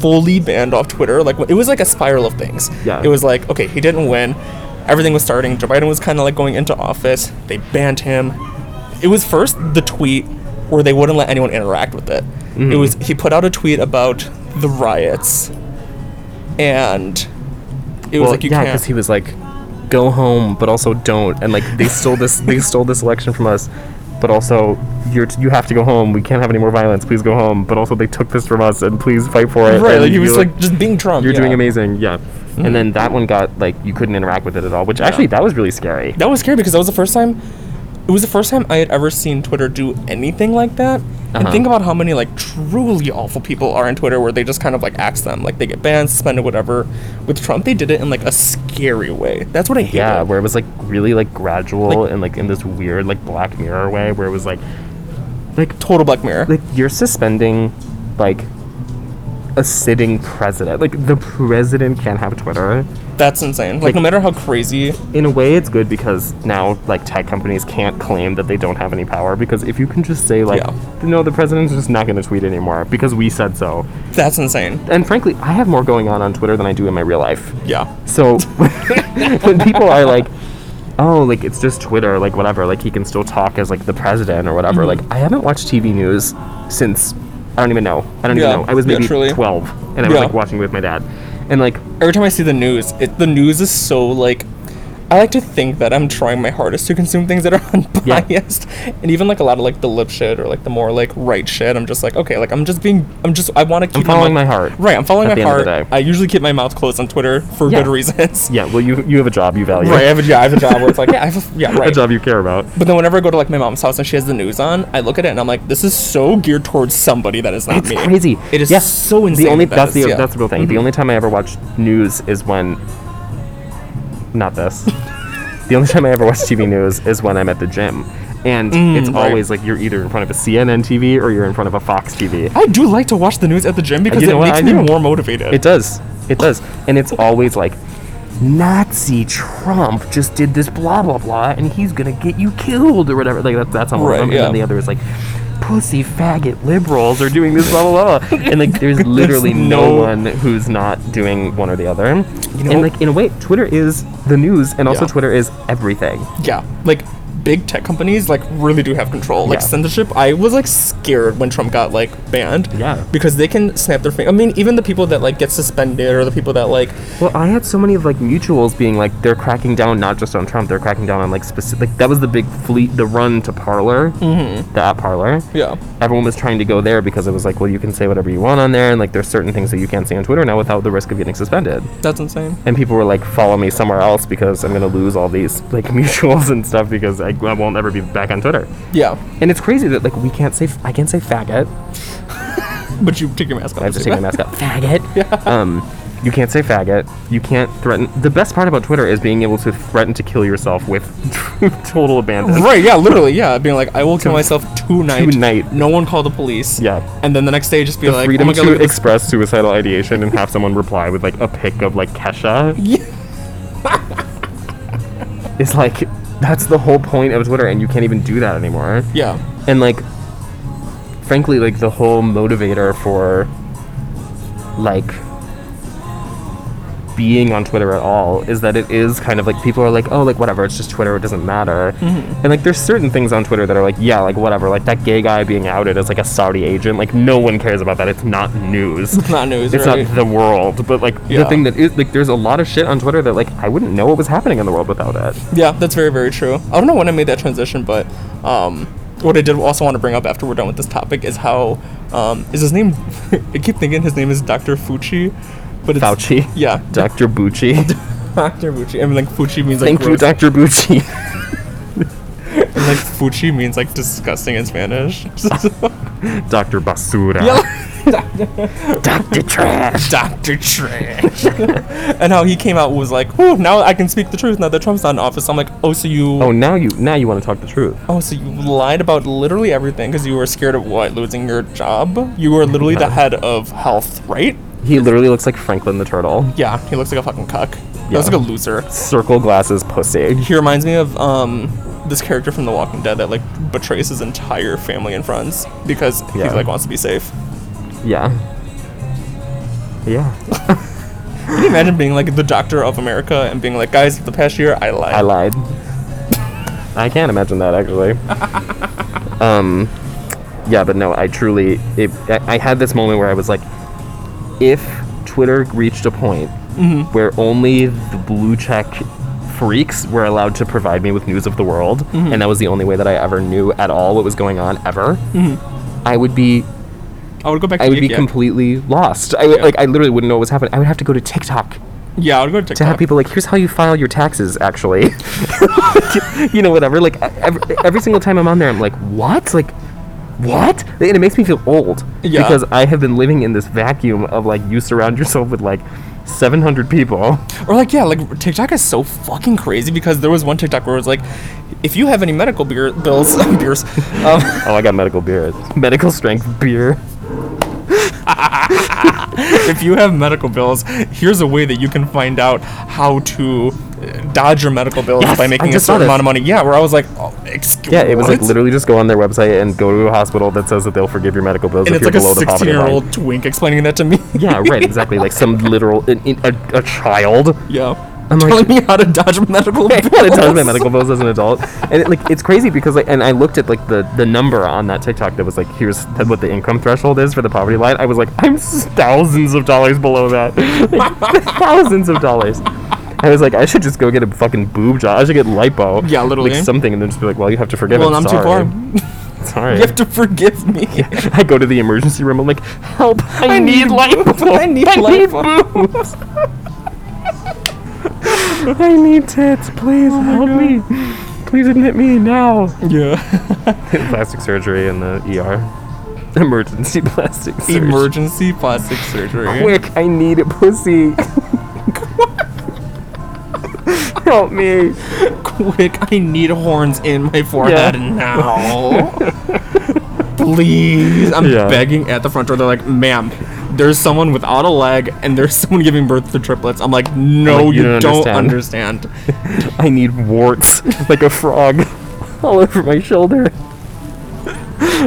B: fully banned off Twitter, like it was like a spiral of things.
A: Yeah.
B: It was like, okay, he didn't win. Everything was starting. Joe Biden was kind of like going into office. They banned him. It was first the tweet where they wouldn't let anyone interact with it.
A: Mm-hmm.
B: It was he put out a tweet about the riots, and it was
A: well,
B: like you
A: yeah,
B: can't.
A: because he was like, go home, but also don't. And like they stole this, they stole this election from us, but also you're you have to go home. We can't have any more violence. Please go home. But also they took this from us, and please fight for it.
B: Right,
A: and
B: like he was
A: you're-
B: like just being Trump.
A: you're
B: yeah.
A: doing amazing, yeah. Mm-hmm. And then that one got like you couldn't interact with it at all, which actually that was really scary.
B: That was scary because that was the first time. It was the first time I had ever seen Twitter do anything like that. And
A: Uh-huh.
B: think about how many like truly awful people are on Twitter where they just kind of like axe them, like they get banned, suspended, whatever. With Trump, they did it in like a scary way. That's what I hate.
A: Yeah, where it was like really like gradual and like in this weird like Black Mirror way, where it was like
B: total Black Mirror.
A: like you're suspending like a sitting president. Like the president can't have Twitter.
B: That's insane. Like,
A: like-
B: no matter how crazy,
A: In a way, it's good because now like tech companies can't claim that they don't have any power because if you can just say like
B: Yeah.
A: no, the president's just not going to tweet anymore because we said so.
B: that's insane.
A: And frankly, I have more going on on Twitter than I do in my real life.
B: Yeah.
A: So when people are like, oh, like it's just Twitter, like whatever, like he can still talk as like the president or whatever.
B: Mm-hmm.
A: Like I haven't watched TV news since I don't even know. I don't
B: Yeah,
A: even know. I was
B: yeah,
A: maybe
B: truly.
A: 12 and I was
B: Yeah.
A: like watching with my dad. And like,
B: Every time I see the news, it, the news is so like. I like to think that I'm trying my hardest to consume things that are
A: Yeah.
B: unbiased, and even like a lot of like the lip shit or like the more like right shit. I'm just like, okay, like I'm just being, I'm just, I want to keep.
A: following
B: mouth-
A: my heart
B: Right, I'm following
A: at
B: my
A: the end of
B: heart.
A: the day.
B: I usually keep my mouth closed on Twitter for
A: Yeah.
B: good reasons.
A: yeah, well, you you have a job you value.
B: Right, I have a, yeah, I have a job where it's like, yeah, I have a, yeah, right.
A: A job you care about.
B: But then whenever I go to like my mom's house and she has the news on, I look at it and I'm like, this is so geared towards somebody that is not
A: It's
B: me.
A: crazy.
B: It is
A: Yeah.
B: so insane.
A: The only
B: that
A: that's
B: is-
A: the
B: yeah.
A: that's the real thing. The only time I ever watched news is when not this. the only time I ever watch TV news is when I'm at the gym. And it's
B: Mm, right.
A: always like you're either in front of a CNN TV or you're in front of a Fox TV.
B: I do like to watch the news at the gym because
A: you know
B: it
A: what?
B: makes
A: I
B: me
A: do.
B: more motivated.
A: It does. It does. And it's always like Nazi Trump just did this blah blah blah and he's gonna get you killed or whatever. Like that's that's on one
B: Right,
A: of them. And then
B: yeah.
A: the other is like pussy faggot liberals are doing this blah blah blah. And like there's literally no,
B: no-
A: one who's not doing one or the other.
B: know-
A: and like in a way, Twitter is the news and also
B: Yeah.
A: Twitter is everything.
B: yeah, like big tech companies like really do have control. Like
A: Yeah.
B: censorship, I was like scared when Trump got like banned.
A: Yeah.
B: because they can snap their finger. I mean, even the people that like get suspended or the people that like
A: Well, I had so many of like mutuals being like they're cracking down not just on Trump, they're cracking down on like specific. Like, that was the big fleet, the run to Parlor, mm-hmm. the app Parlor.
B: yeah.
A: Everyone was trying to go there because it was like, well, you can say whatever you want on there, and like there's certain things that you can't say on Twitter now without the risk of getting suspended.
B: That's insane.
A: And people were like, follow me somewhere else because I'm gonna lose all these like mutuals and stuff because I, I won't ever be back on Twitter.
B: Yeah,
A: And it's crazy that like we can't say I can't say faggot.
B: but you take your mask off.
A: I have to take my mask off. Faggot. Um, you can't say faggot. You can't threaten. The best part about Twitter is being able to threaten to kill yourself with total abandon.
B: Right, yeah, literally, yeah. Being like, I will kill myself tonight.
A: Tonight.
B: No one call the police.
A: Yeah.
B: And then the next day, just be like,
A: Freedom
B: oh my god, look
A: to
B: at this.
A: express suicidal ideation and have someone reply with like a pic of like Kesha. It's like that's the whole point of Twitter, and you can't even do that anymore.
B: yeah.
A: and like frankly like the whole motivator for like being on twitter at all is that it is kind of like people are like oh like whatever it's just twitter it doesn't matter
B: Mm-hmm.
A: and like there's certain things on twitter that are like yeah like whatever like that gay guy being outed as like a saudi agent like no one cares about that it's not news
B: It's not news.
A: it's
B: right?
A: not the world but like
B: Yeah.
A: the thing that is like there's a lot of shit on twitter that like i wouldn't know what was happening in the world without it
B: Yeah, that's very, very true. I don't know when I made that transition, but um, what I did also want to bring up after we're done with this topic is how um, is his name? I keep thinking his name is Dr. Fucci, but it's
A: fauci
B: Yeah,
A: dr bucci
B: Dr. Fucci. I mean, like Fucci means like
A: thank you
B: gross,
A: dr bucci
B: and, like Fucci means like disgusting in Spanish.
A: Dr. Basura. Dr. Trash.
B: Dr. Trash. and how he came out was like, "Whew, now I can speak the truth. Now that Trump's not in office, I'm like, oh, so you,
A: Oh,
B: oh,
A: now you now you want to talk the truth.
B: so you lied about literally everything because you were scared of what losing your job. You were literally the head of health, right?
A: He literally looks like Franklin the Turtle.
B: Yeah, he looks like a fucking cuck. He looks
A: Yeah.
B: like a loser.
A: Circle glasses pussy.
B: He reminds me of um this character from The Walking Dead that like betrays his entire family and friends because he
A: Yeah.
B: like wants to be safe.
A: Yeah. Yeah.
B: Can you imagine being like the doctor of America and being like, guys, the past year I lied.
A: I lied. I can't imagine that actually. um yeah, but no, I truly it, I, I had this moment where I was like if Twitter reached a point where only the blue check freaks were allowed to provide me with news of the world, and that was the only way that I ever knew at all what was going on ever, I would be
B: I would go back.
A: I
B: to
A: would be
B: Geekia.
A: completely lost. I would- like I literally wouldn't know what was happening. I would have to go to TikTok
B: Yeah, I would go to
A: to
B: TikTok.
A: have people like, here's how you file your taxes, actually. you know, whatever. Like e-, every, every single time I'm on there, I'm like, what? Like, what? And it makes me feel old
B: Yeah.
A: because I have been living in this vacuum of like you surround yourself with like 700 people.
B: Or like, yeah, like TikTok is so fucking crazy because there was one TikTok where it was like, if you have any medical beer, bills, beers, um,
A: Oh, I got medical beer. Medical strength beer.
B: if you have medical bills, here's a way that you can find out how to uh, dodge your medical bills
A: Yes,
B: by
A: I
B: making a
A: just saw
B: certain
A: this.
B: amount of money. Yeah, where I was like, oh, excuse
A: Yeah, it was like
B: what?
A: literally just go on their website and go to a hospital that says that they'll forgive your medical bills
B: And
A: if
B: it's
A: you're below
B: like a
A: the poverty line.
B: 16-year-old twink explaining that to me.
A: Yeah, right, exactly. Like some literal, in, in, a, a child
B: yeah.
A: I'm like-
B: telling me how to dodge medical bills.
A: I had a ton of my medical bills as an adult, and it, like it's crazy because like, and I looked at like the the number on that TikTok that was like, here's th- what the income threshold is for the poverty line. I was like, I'm s- thousands of dollars below that, Like, thousands of dollars. I was like, I should just go get a fucking boob job. I should get lipo.
B: Yeah, literally.
A: Like something, and then just be like, well, you have to forgive
B: Well,
A: it.
B: I'm too
A: Sorry.
B: far.
A: Sorry.
B: You have to forgive me.
A: I go to the emergency room. I'm like, help! I,
B: I
A: need,
B: need
A: lipo.
B: I need
A: boobs. I need tits. Please help me. Please admit me now.
B: Yeah.
A: plastic surgery in the ER. Emergency plastic surgery.
B: Emergency plastic surgery.
A: Quick! I need a pussy. help me.
B: Quick, I need horns in my forehead
A: Yeah.
B: now. Please. I'm
A: Yeah.
B: begging at the front door. They're like, ma'am, there's someone without a leg and there's someone giving birth to triplets. I'm like, no,
A: like,
B: you,
A: you
B: don't,
A: don't
B: understand.
A: I need warts like a frog all over my shoulder.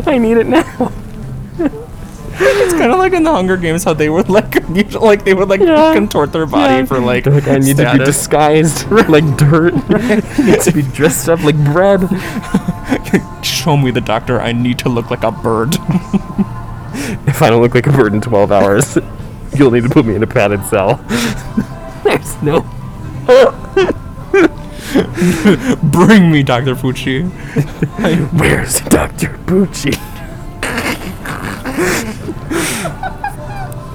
A: I need it now.
B: It's kind of like in the Hunger Games how they would like, like they would like
A: Yeah.
B: contort their body
A: Yeah.
B: for like,
A: Like I need to be
B: status.
A: disguised like dirt. I need to be dressed up like bread.
B: Show me the doctor. I need to look like a bird.
A: If I don't look like a bird in 12 hours, you'll need to put me in a padded cell. There's no.
B: Bring me Dr. Fucci.
A: Where's Dr. Bucci?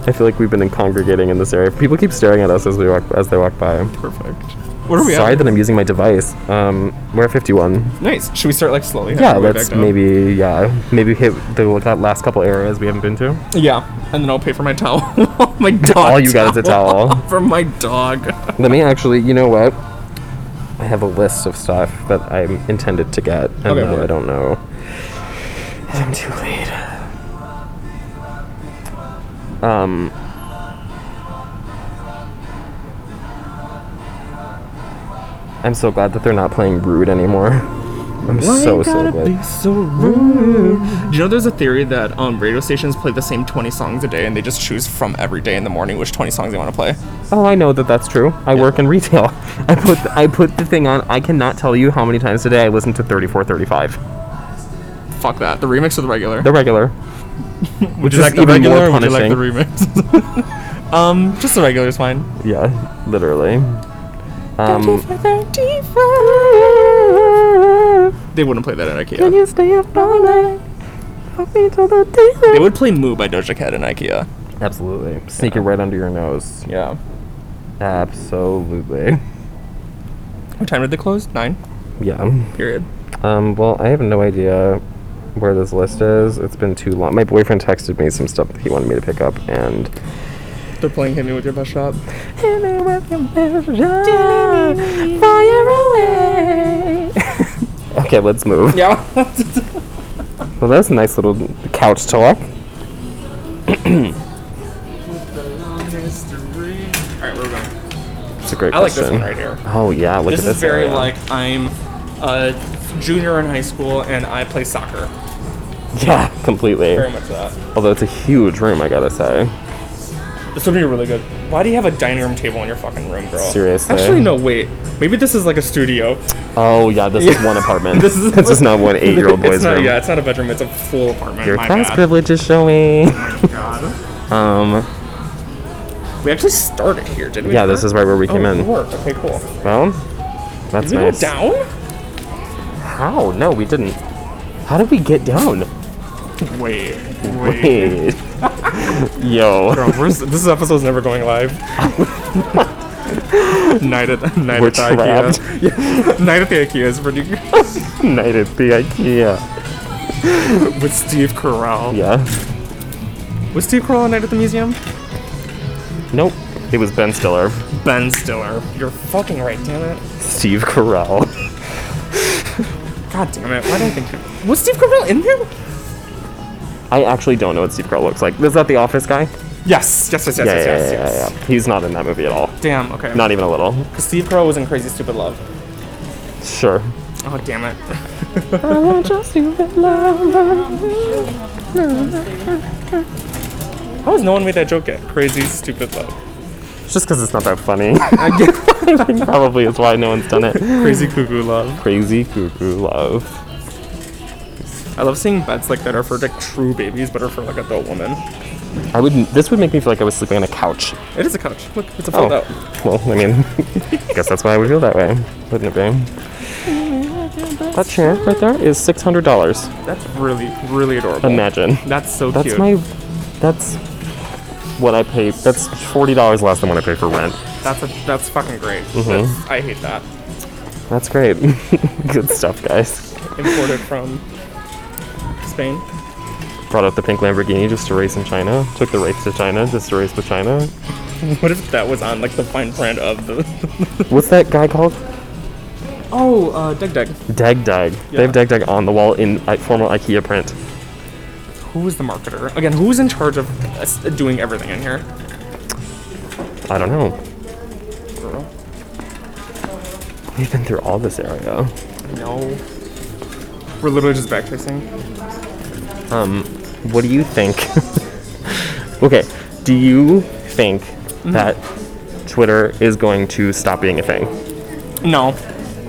A: I feel like we've been congregating in this area. People keep staring at us as we walk as they walk by.
B: Perfect. What are we
A: Sorry
B: at?
A: that I'm using my device. Um, we're at 51.
B: Nice. Should we start like slowly?
A: Yeah,
B: Halfway back
A: let's
B: down?
A: maybe yeah maybe hit the that last couple areas we haven't been to.
B: Yeah, and then I'll pay for my towel. Oh my dog.
A: All you got is a towel.
B: for my dog.
A: Let me actually. You know what? I have a list of stuff that I'm intended to get, and
B: Okay,
A: now
B: word.
A: I don't know. I'm too late. Um. I'm so glad that they're not playing Rude anymore. I'm so so glad.
B: so rude. Do you know there's a theory that um, radio stations play the same 20 songs a day, and they just choose from every day in the morning which 20 songs they want to play.
A: Oh, I know that that's true. I work in retail. I put I put the thing on. I cannot tell you how many times today I listened to 3435.
B: Fuck that. The remix or the regular?
A: The regular.
B: would
A: is
B: like the
A: even
B: regular
A: more
B: or would you like the remix? um, just the regular is fine.
A: Yeah, literally. Um,
B: They wouldn't play that at IKEA.
A: you stay up all night? Fuck me till the day.
B: They would play Moo by Doja Cat in IKEA.
A: Absolutely. Sneak it right under your nose.
B: Yeah.
A: Absolutely.
B: What time did they close? Nine.
A: Yeah.
B: Period.
A: Um, well, I have no idea where this list is. It's been too long. My boyfriend texted me some stuff that he wanted me to pick up, and
B: They're playing Hit Me With Your Best Shot.
A: okay, let's move.
B: Yeah.
A: Well, that's a nice little couch talk.
B: Alright, we're going.
A: It's a great
B: I like this
A: question.
B: one right here.
A: Oh yeah, look
B: This
A: at
B: is
A: this.
B: very
A: area.
B: like I'm a junior in high school and I play soccer.
A: yeah, completely.
B: Very much that.
A: Although it's a huge room, I gotta say.
B: This would be really good. Why do you have a dining room table in your fucking room, girl?
A: Seriously.
B: Actually, no. Wait. Maybe this is like a studio.
A: Oh yeah, this is one apartment.
B: This is-
A: this is not one eight-year-old boy's
B: it's not,
A: room.
B: Yeah, it's not a bedroom. It's a full apartment.
A: Your
B: my
A: class
B: bad.
A: privilege is showing.
B: God.
A: um,
B: We actually started here, didn't we?
A: yeah, this is right where we
B: Oh,
A: came
B: it
A: in.
B: worked. Okay, cool.
A: Well, That's
B: Did we
A: nice.
B: go down?
A: How? No, we didn't. How did we get down?
B: Wait, wait.
A: Wait. Yo.
B: Bro, we're, this episode's never going live. night at night
A: We're
B: at the IKEA. Yeah, night at the IKEA is pretty good.
A: Night at the IKEA.
B: with Steve Carell.
A: Yeah.
B: Was Steve Carell on Night at the Museum?
A: Nope. It was Ben Stiller.
B: Ben Stiller. You're fucking right, damn it.
A: Steve Carell.
B: God damn it. Why do I think was Steve Carell in there?
A: I actually don't know what Steve Carell looks like. Is that the office guy?
B: Yes, yes, yes, yes,
A: Yeah,
B: yes,
A: yeah,
B: yes,
A: yeah,
B: yes.
A: yeah, yeah. He's not in that movie at all.
B: Damn. Okay.
A: Not even a little.
B: 'Cause Steve Carell was in Crazy Stupid Love.
A: Sure.
B: Oh damn it. How has no one made that joke yet? Crazy Stupid Love.
A: It's just because it's not that funny.
B: I get
A: Probably is why no one's done it.
B: Crazy Cuckoo Love.
A: Crazy cuckoo love.
B: I love seeing beds like that are for like true babies, but are for like adult women.
A: I would. This would make me feel like I was sleeping on a couch.
B: It is a couch. Look, it's a fold
A: Oh.
B: out.
A: Well, I mean, I guess that's why I would feel that way, wouldn't it be? That chair right there is six hundred dollars.
B: That's really, really adorable.
A: Imagine.
B: That's so
A: That's
B: cute.
A: my. That's what I pay. That's forty dollars less than what I pay for rent.
B: That's a, that's fucking great.
A: Mm-hmm.
B: That's- I hate that.
A: That's great. Good stuff, guys.
B: Imported from Spain.
A: Brought up the pink Lamborghini just to race in China. Took the race to China just to race with China.
B: What if that was on like the fine print of the?
A: What's that guy called?
B: oh, uh, Deg Deg.
A: Dag Dag. They have
B: Yeah.
A: Dag Dag on the wall in I- formal IKEA print.
B: Who is the marketer? Again, who's in charge of us doing everything in here?
A: I don't know.
B: Girl.
A: We've been through all this area.
B: No. We're literally just backtracing.
A: What do you think? okay, do you think that Twitter is going to stop being a thing?
B: No.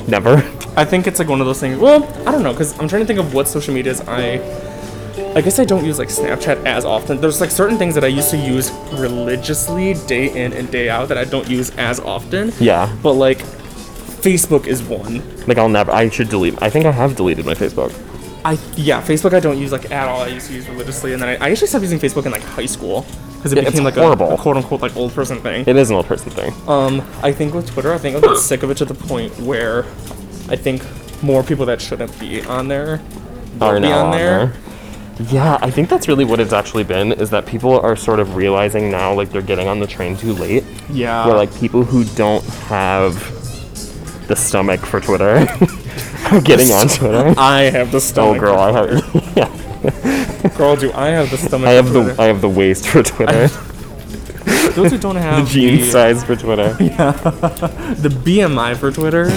A: Never.
B: I think it's like one of those things. Well, I don't know, because I'm trying to think of what social medias I. I guess I don't use like Snapchat as often. There's like certain things that I used to use religiously, day in and day out, that I don't use as often.
A: Yeah.
B: But like, Facebook is one.
A: Like I'll never. I should delete. I think I have deleted my Facebook.
B: I yeah, Facebook I don't use like at all. I used to use religiously, and then I, I actually stopped using Facebook in like high school because it
A: it's
B: became like a-
A: horrible.
B: a, quote unquote like old person thing.
A: It is an old person thing.
B: Um, I think with Twitter, I think I got sick of it to the point where I think more people that shouldn't be on there will
A: Are
B: be
A: now
B: on, there.
A: Yeah, I think that's really what it's actually been. Is that people are sort of realizing now, like they're getting on the train too late.
B: Yeah.
A: where like people who don't have the stomach for Twitter are getting on Twitter.
B: I have the
A: Oh
B: stomach.
A: girl, I have yeah,
B: Girl, do I have the stomach?
A: I have
B: for
A: the
B: Twitter.
A: I have the waist for Twitter,
B: Those who don't have
A: jean size for Twitter.
B: the BMI for Twitter.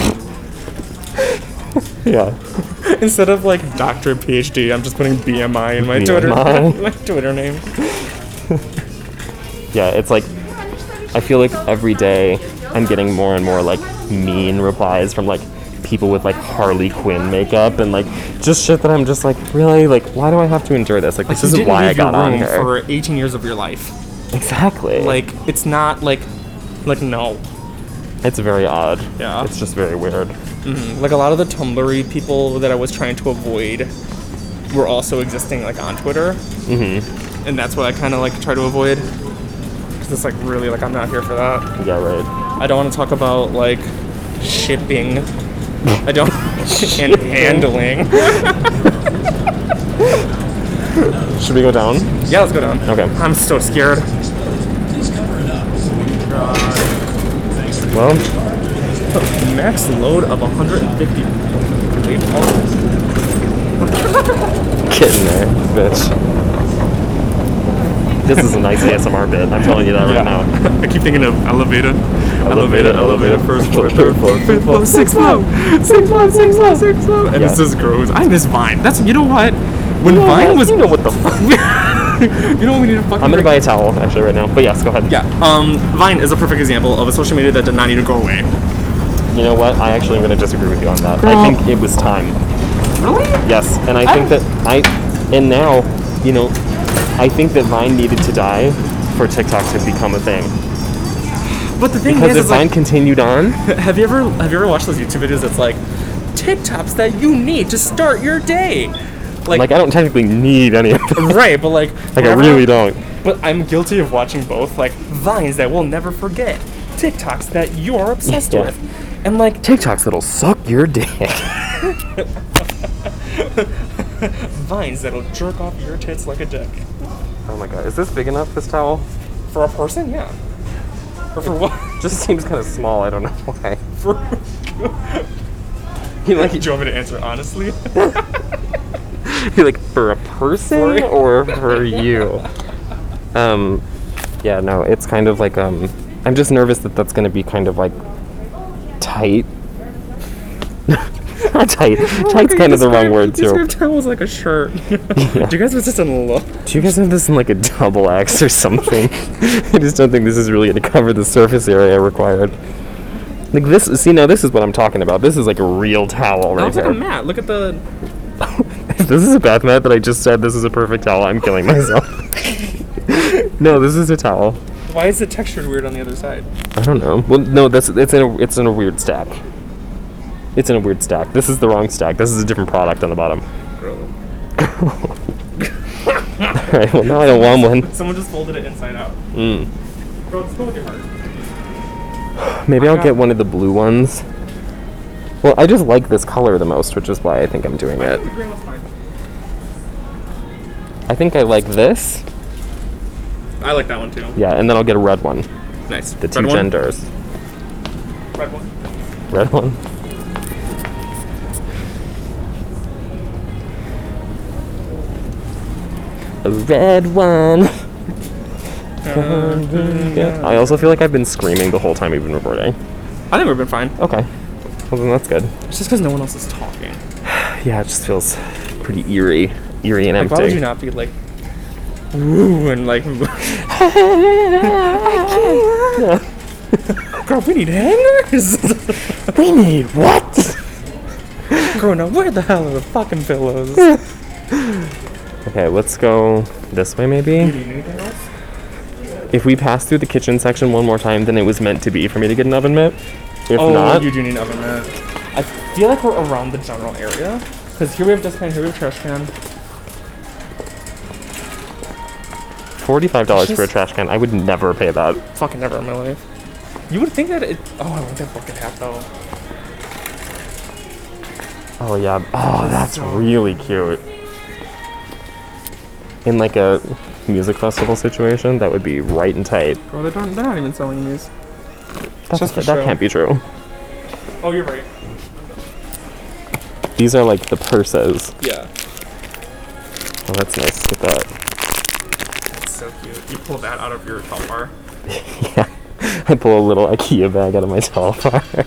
A: Yeah,
B: Instead of like doctor PhD, I'm just putting BMI in my Twitter
A: BMI.
B: my Twitter name.
A: yeah. It's like I feel like every day I'm getting more and more like mean replies from like people with like Harley Quinn makeup and like just shit that I'm just like really like why do I have to endure this? Like this
B: You
A: is
B: didn't
A: why I
B: leave your
A: got on
B: room
A: here.
B: for 18 years of your life.
A: Exactly.
B: Like it's not like like no.
A: it's very odd.
B: Yeah.
A: It's just very weird.
B: Like a lot of the Tumblr people that I was trying to avoid were also existing like on Twitter. Mm-hmm. And that's what I kind of like try to avoid. Cause it's like really like I'm not here for that.
A: Yeah. Right.
B: I don't want to talk about like shipping. I don't and handling.
A: Should we go down?
B: Yeah, let's go down.
A: Okay.
B: I'm so scared.
A: Well,
B: Max load of 150. Wait, oh,
A: get in there, bitch. This is a nice ASMR bit. I'm telling you that right now.
B: I keep thinking of elevator.
A: Elevator, elevator, first floor, third floor, fifth floor.
B: six flow, six flow, six flow, six flow. And it's
A: Yeah.
B: just gross. I miss Vine. That's you know what? When Vine was,
A: you know what the fuck.
B: you know what we need to fucking.
A: I'm gonna
B: break-
A: buy a towel actually right now. But yes, go ahead.
B: Yeah. Um, Vine is a perfect example of a social media that did not need to go away.
A: You know what? I actually am gonna disagree with you on that. I think it was time.
B: Really?
A: Yes, and I
B: Oh.
A: think that I, and now, you know, I think that Vine needed to die for TikTok to become a thing.
B: But the thing
A: Because
B: is,
A: if
B: is like,
A: mine continued on,
B: have you ever have you ever watched those YouTube videos that's like TikToks that you need to start your day? Like,
A: like I don't technically need any of them.
B: right, but like
A: Like I really don't.
B: But I'm guilty of watching both, like vines that we'll never forget, TikToks that you are obsessed
A: Yeah.
B: with, and like
A: TikToks that'll suck your dick.
B: vines that'll jerk off your tits like a dick.
A: Oh my god, is this big enough? This towel
B: For a person, yeah. Or for what?
A: just seems kind of small. I don't know why.
B: For
A: He like
B: do you want me to answer honestly?
A: he like for a person or for you. Um, yeah, no, it's kind of like um, I'm just nervous that that's gonna be kind of like tight. Not tight. Tight's kind of the wrong word too.
B: Described towel was like a shirt. Do you guys resist in love?
A: Do you guys have this in like a double X or something? I just don't think this is really gonna cover the surface area required. Like this, see now this is what I'm talking about. This is like a real towel
B: That
A: right
B: looks like a
A: here.
B: mat. Look at the
A: If this is a bath mat that I just said this is a perfect towel, I'm killing myself. no, this is a towel.
B: why is the textured weird on the other side?
A: I don't know. Well, no, that's it's in a it's in a weird stack. It's in a weird stack. This is the wrong stack. This is a different product on the bottom. All right. Well, now I don't want one.
B: Someone just folded it inside out.
A: Mm.
B: Bro, it's totally hard.
A: Uh, Maybe I'll get one of the blue ones. Well, I just like this color the most, which is why I think I'm doing it.
B: The green one's fine.
A: I think I like this.
B: I like that one too.
A: Yeah, and then I'll get a red one.
B: Nice.
A: The two
B: Red one?
A: genders.
B: Red one.
A: Red one. A red one. I also feel like I've been screaming the whole time we've been recording.
B: I think we've been fine.
A: Okay. Well, then that's good.
B: It's just because no one else is talking.
A: Yeah, it just feels pretty eerie. Eerie and empty.
B: Why would you not be like, woo, and like, girl, we need hangers?
A: We need what?
B: girl, now where the hell are the fucking pillows?
A: Okay, let's go this way maybe. If we pass through the kitchen section one more time, then it was meant to be for me to get an oven mitt. If
B: oh,
A: not,
B: you do need an oven mitt. I feel like we're around the general area. Because here we have dust can, here we have trash can.
A: Forty-five dollars for a
B: Just-
A: trash can. I would never pay that.
B: Fucking never in my life. You would think that it. Oh, I want that bucket hat though.
A: Oh yeah. Oh, that's
B: So-
A: really cute. In like a music festival situation, that would be right and tight.
B: Girl, they don't, they're not even selling these.
A: That's,
B: Just for
A: that
B: show.
A: can't be true.
B: Oh, you're right.
A: These are like the purses.
B: Yeah.
A: Oh, that's nice. Look at that.
B: That's so cute. You pull that out of your top bar.
A: I pull a little IKEA bag out of my towel bar.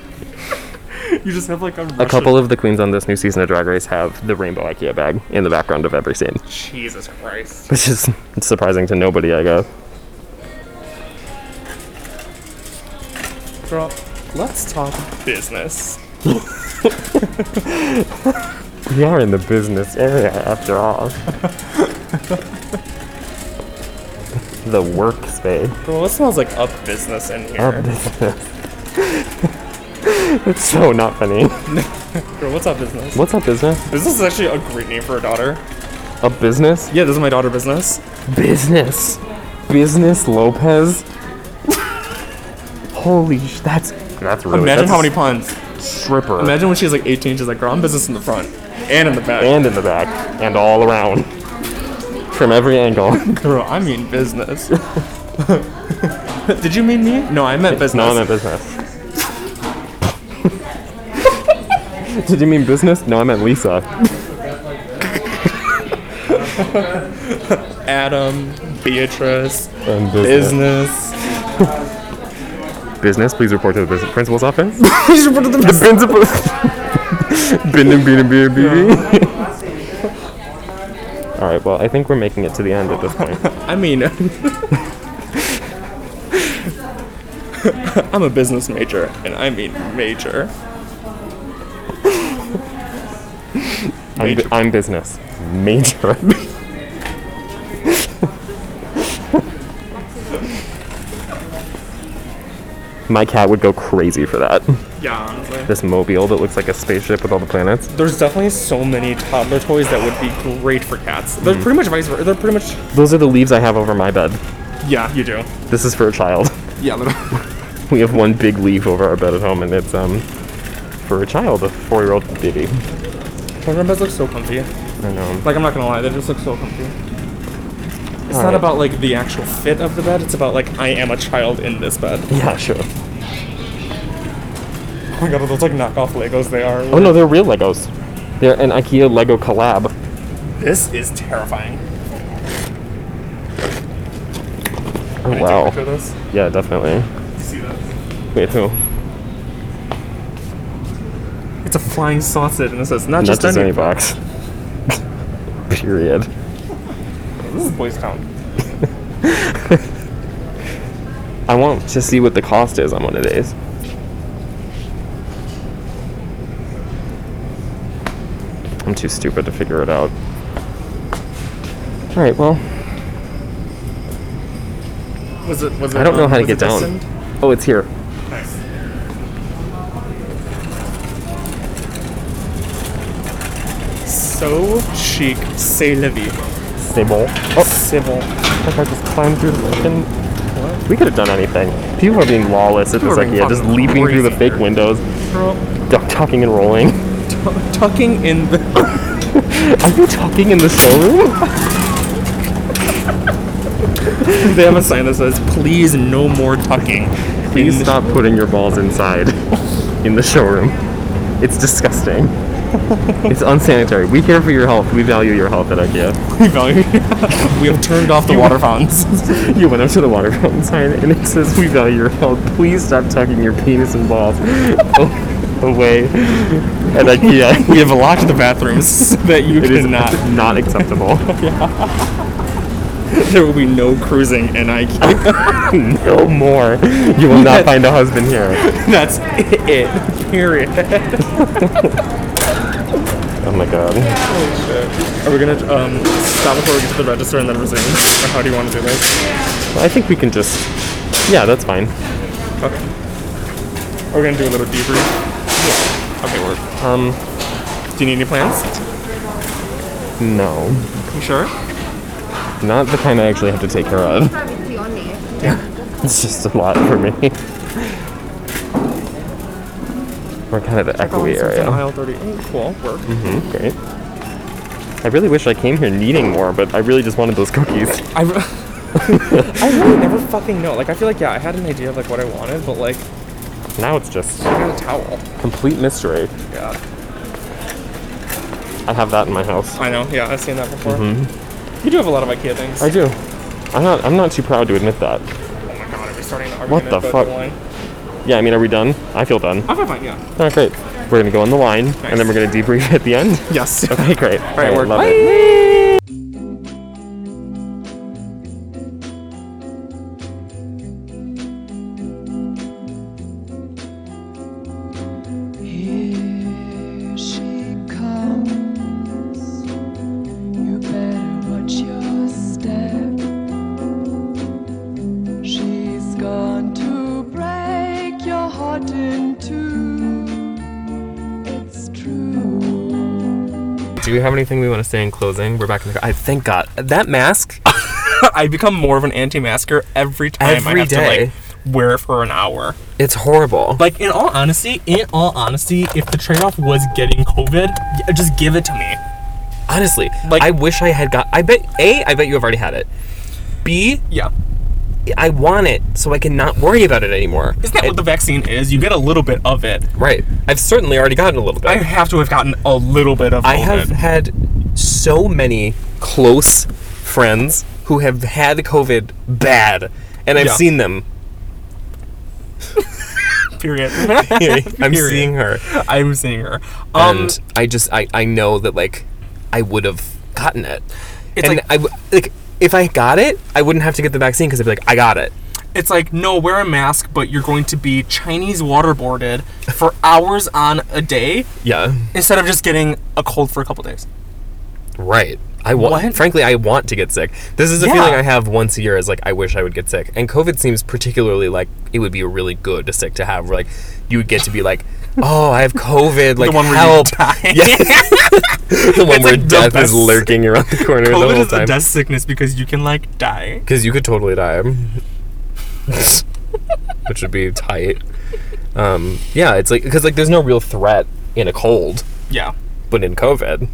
B: You just have like a,
A: a couple of the queens on this new season of Drag Race have the rainbow IKEA bag in the background of every scene,
B: Jesus Christ.
A: which is surprising to nobody, I guess.
B: Girl, let's talk business.
A: We are in the business area after all. the workspace.
B: Girl, it smells like up business in here.
A: Our business. it's so not funny.
B: Girl, what's up business?
A: What's up, business?
B: Business is actually a great name for a daughter.
A: A business?
B: Yeah, this is my daughter business.
A: Business. Business Lopez. Holy sh! That's that's really.
B: Imagine
A: that's
B: how many puns.
A: stripper.
B: Imagine when she's like 18, she's like, girl, I'm business in the front and in the back.
A: and in the back and all around from every angle.
B: Girl, I mean business. Did you mean me? No, I meant business.
A: No, I meant business. Did you mean business? No, I meant Lisa.
B: Adam, Beatrice,
A: And business.
B: business.
A: Business, please report to the business principal's office.
B: Please report to the business.
A: Principal. Bin and bin and bin and bin. All right. Well, I think we're making it to the end at this point.
B: I mean, I'm a business major, and I mean major.
A: I'm, bu- I'm business. Major. My cat would go crazy for that.
B: Yeah, honestly.
A: This mobile that looks like a spaceship with all the planets.
B: There's definitely so many toddler toys that would be great for cats. They're
A: Mm.
B: pretty much vice versa. They're pretty much.
A: Those are the leaves I have over my bed.
B: Yeah, you do.
A: This is for a child.
B: Yeah, little.
A: We have one big leaf over our bed at home, and it's um for a child, a four-year-old baby. um,
B: Toddler beds look so comfy.
A: I know.
B: Like I'm not gonna lie, they just look so comfy. It's not
A: Alright.
B: about like the actual fit of the bed. It's about like I am a child in this bed.
A: Yeah, sure.
B: Oh my god, are those like knockoff Legos they are.
A: Oh no, they're real Legos. They're an IKEA Lego collab.
B: This is terrifying.
A: Oh,
B: Can I take a picture
A: wow.
B: of this?
A: Yeah, definitely.
B: You see that?
A: Wait, who?
B: It's a flying sausage, and it says not,
A: Not
B: just,
A: just,
B: any.
A: any box. Period.
B: This is Boys Town.
A: I want to see what the cost is on one of these. I'm too stupid to figure it out. All right, well,
B: Was it? Was it?
A: I don't know
B: um,
A: how to
B: was
A: get
B: it
A: down.
B: destined?
A: Oh, it's here.
B: Nice. So chic, c'est la vie.
A: C'est bon. Oh,
B: C'est bon.
A: I just climbed through the fucking. We could have done anything. People are being lawless at
B: People
A: this
B: are being
A: IKEA, just
B: fucking
A: leaping through the
B: crazy.
A: fake windows,
B: Girl,
A: duck talking and rolling.
B: tu- tucking in the.
A: Are you talking in the showroom?
B: they have a sign that says, "Please, no more tucking."
A: Please
B: in the-
A: stop putting your balls inside in the showroom. It's disgusting. it's unsanitary. We care for your health. We value your health at IKEA.
B: We value. we have turned off the water fountains.
A: You went up to the water fountain sign and it says, "We value your health. Please stop tucking your penis and balls a- away at IKEA.
B: we have locked the bathrooms so that you
A: It is
B: cannot.
A: not acceptable.
B: There will be no cruising in IKEA.
A: no more. You will not find a husband here.
B: That's it. Period.
A: Oh my god.
B: Are we gonna um, stop before we get to the register and then resume? Or how do you want to do this?
A: I think we can just. Yeah, that's fine.
B: Okay. Are we gonna do a little debrief? Okay, we're.
A: Um,
B: Do you need any plans?
A: no.
B: You sure?
A: Not the kind I actually have to take care of. It's just a lot for me. We're kind of the echoey area.
B: Aisle 38. Cool. Work.
A: Mhm, Great. I really wish I came here needing more, but I really just wanted those cookies.
B: I, re- I really never fucking know. Like, I feel like, yeah, I had an idea of, like, what I wanted, but, like,
A: Now it's just
B: I got a towel.
A: complete mystery.
B: Yeah.
A: I have that in my house.
B: I know. Yeah, I've seen that before. You do have a lot of IKEA things.
A: Mm-hmm. I do. I'm not. I'm not too proud to admit that.
B: oh my god, are we starting an
A: What
B: argument
A: the
B: about
A: fuck?
B: line?
A: Yeah. I mean, are we done? I feel done.
B: I'm fine, yeah.
A: All right, great. We're gonna go on the line, and then we're gonna debrief at the end.
B: Yes.
A: Okay, great. All
B: right, we're-
A: love
B: Bye.
A: it.
E: Here she comes. You better watch your step. She's gone to break your heart in two. It's true.
A: Do we have anything we want to say in closing? We're back in the. I thank God that mask.
B: I become more of an anti-masker every time I
A: Every
B: have to,
A: day.
B: like, wear it for an hour.
A: It's horrible.
B: Like, in all honesty, in all honesty, if the trade-off was getting COVID, y- just give it to me.
A: Honestly,
B: Like-
A: I wish I had got. I bet a. I bet you have already had it. B.
B: Yeah.
A: I want it so I can not worry about it anymore.
B: Isn't that what the vaccine is? You get a little bit of it.
A: Right. I've certainly already gotten a little bit.
B: I
A: I,
B: have to have gotten a little bit of COVID.
A: have had so many close friends who have had COVID bad, and I've
B: Yeah.
A: seen them.
B: Period.
A: I'm
B: Period.
A: seeing her,
B: I'm seeing her. Um,
A: and I just I I know that like I would have gotten it,
B: It's
A: and
B: like-
A: I w- like if I got it, I wouldn't have to get the vaccine because I'd be like I got it.
B: it's like no wear a mask but you're going to be chinese waterboarded for hours on a day
A: Yeah.
B: instead of just getting a cold for a couple days
A: Right. I want,
B: What?
A: frankly, I want to get sick. This is a
B: Yeah.
A: feeling I have once a year. Is like I wish I would get sick, and COVID seems particularly like it would be a really good sick to have. Where like you would get to be like, oh, I have COVID. Like
B: one where you
A: help.
B: die.
A: Yeah. the one
B: It's
A: where
B: like the
A: death is
B: best-
A: lurking around the corner the
B: COVID
A: whole
B: is a
A: time.
B: death sickness because you can like die.
A: Because you could totally die, which would be tight. Um, yeah, it's like because like there's no real threat in a cold,
B: Yeah.
A: but in COVID,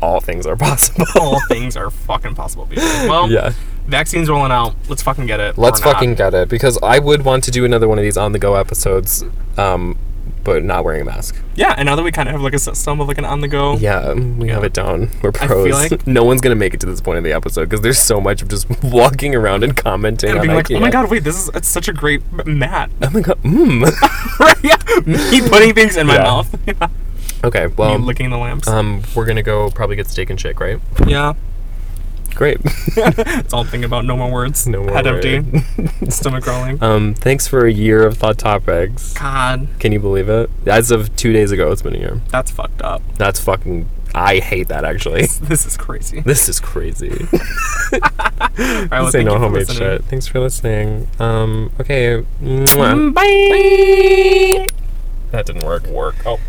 A: all things are possible.
B: All things are fucking possible. People. Well,
A: Yeah.
B: Vaccines rolling out. Let's fucking get it.
A: Let's
B: or not.
A: fucking get it because I would want to do another one of these on the go episodes, um, but not wearing a mask.
B: Yeah, and now that we kind of have like a system of like an on the go.
A: Yeah, we have it down. We're
B: I feel
A: pros.
B: like-
A: no one's gonna make it to this point in the episode because there's so much of just walking around and commenting.
B: And
A: on
B: being like, oh my
A: IKEA.
B: god, wait, this is it's such a great m- mat.
A: oh my god, mm.
B: yeah, me putting things in my
A: Yeah.
B: mouth. Yeah.
A: okay,
B: Me
A: well,
B: licking the lamps.
A: um, we're gonna go probably get steak and shake, right?
B: yeah,
A: Great.
B: it's all thinking about no more words.
A: No more
B: Head empty,
A: word.
B: stomach growling.
A: um, thanks for a year of thought topics.
B: God,
A: Can you believe it? As of two days ago, it's been a year.
B: that's fucked up.
A: That's fucking. I hate that actually.
B: This is crazy.
A: This is crazy.
B: All right, well,
A: Say
B: Oh, thank
A: no
B: you for
A: homemade
B: listening.
A: shit. Thanks for listening. Um, okay. Mwah.
B: Bye.
A: That didn't work. Work.
B: Oh.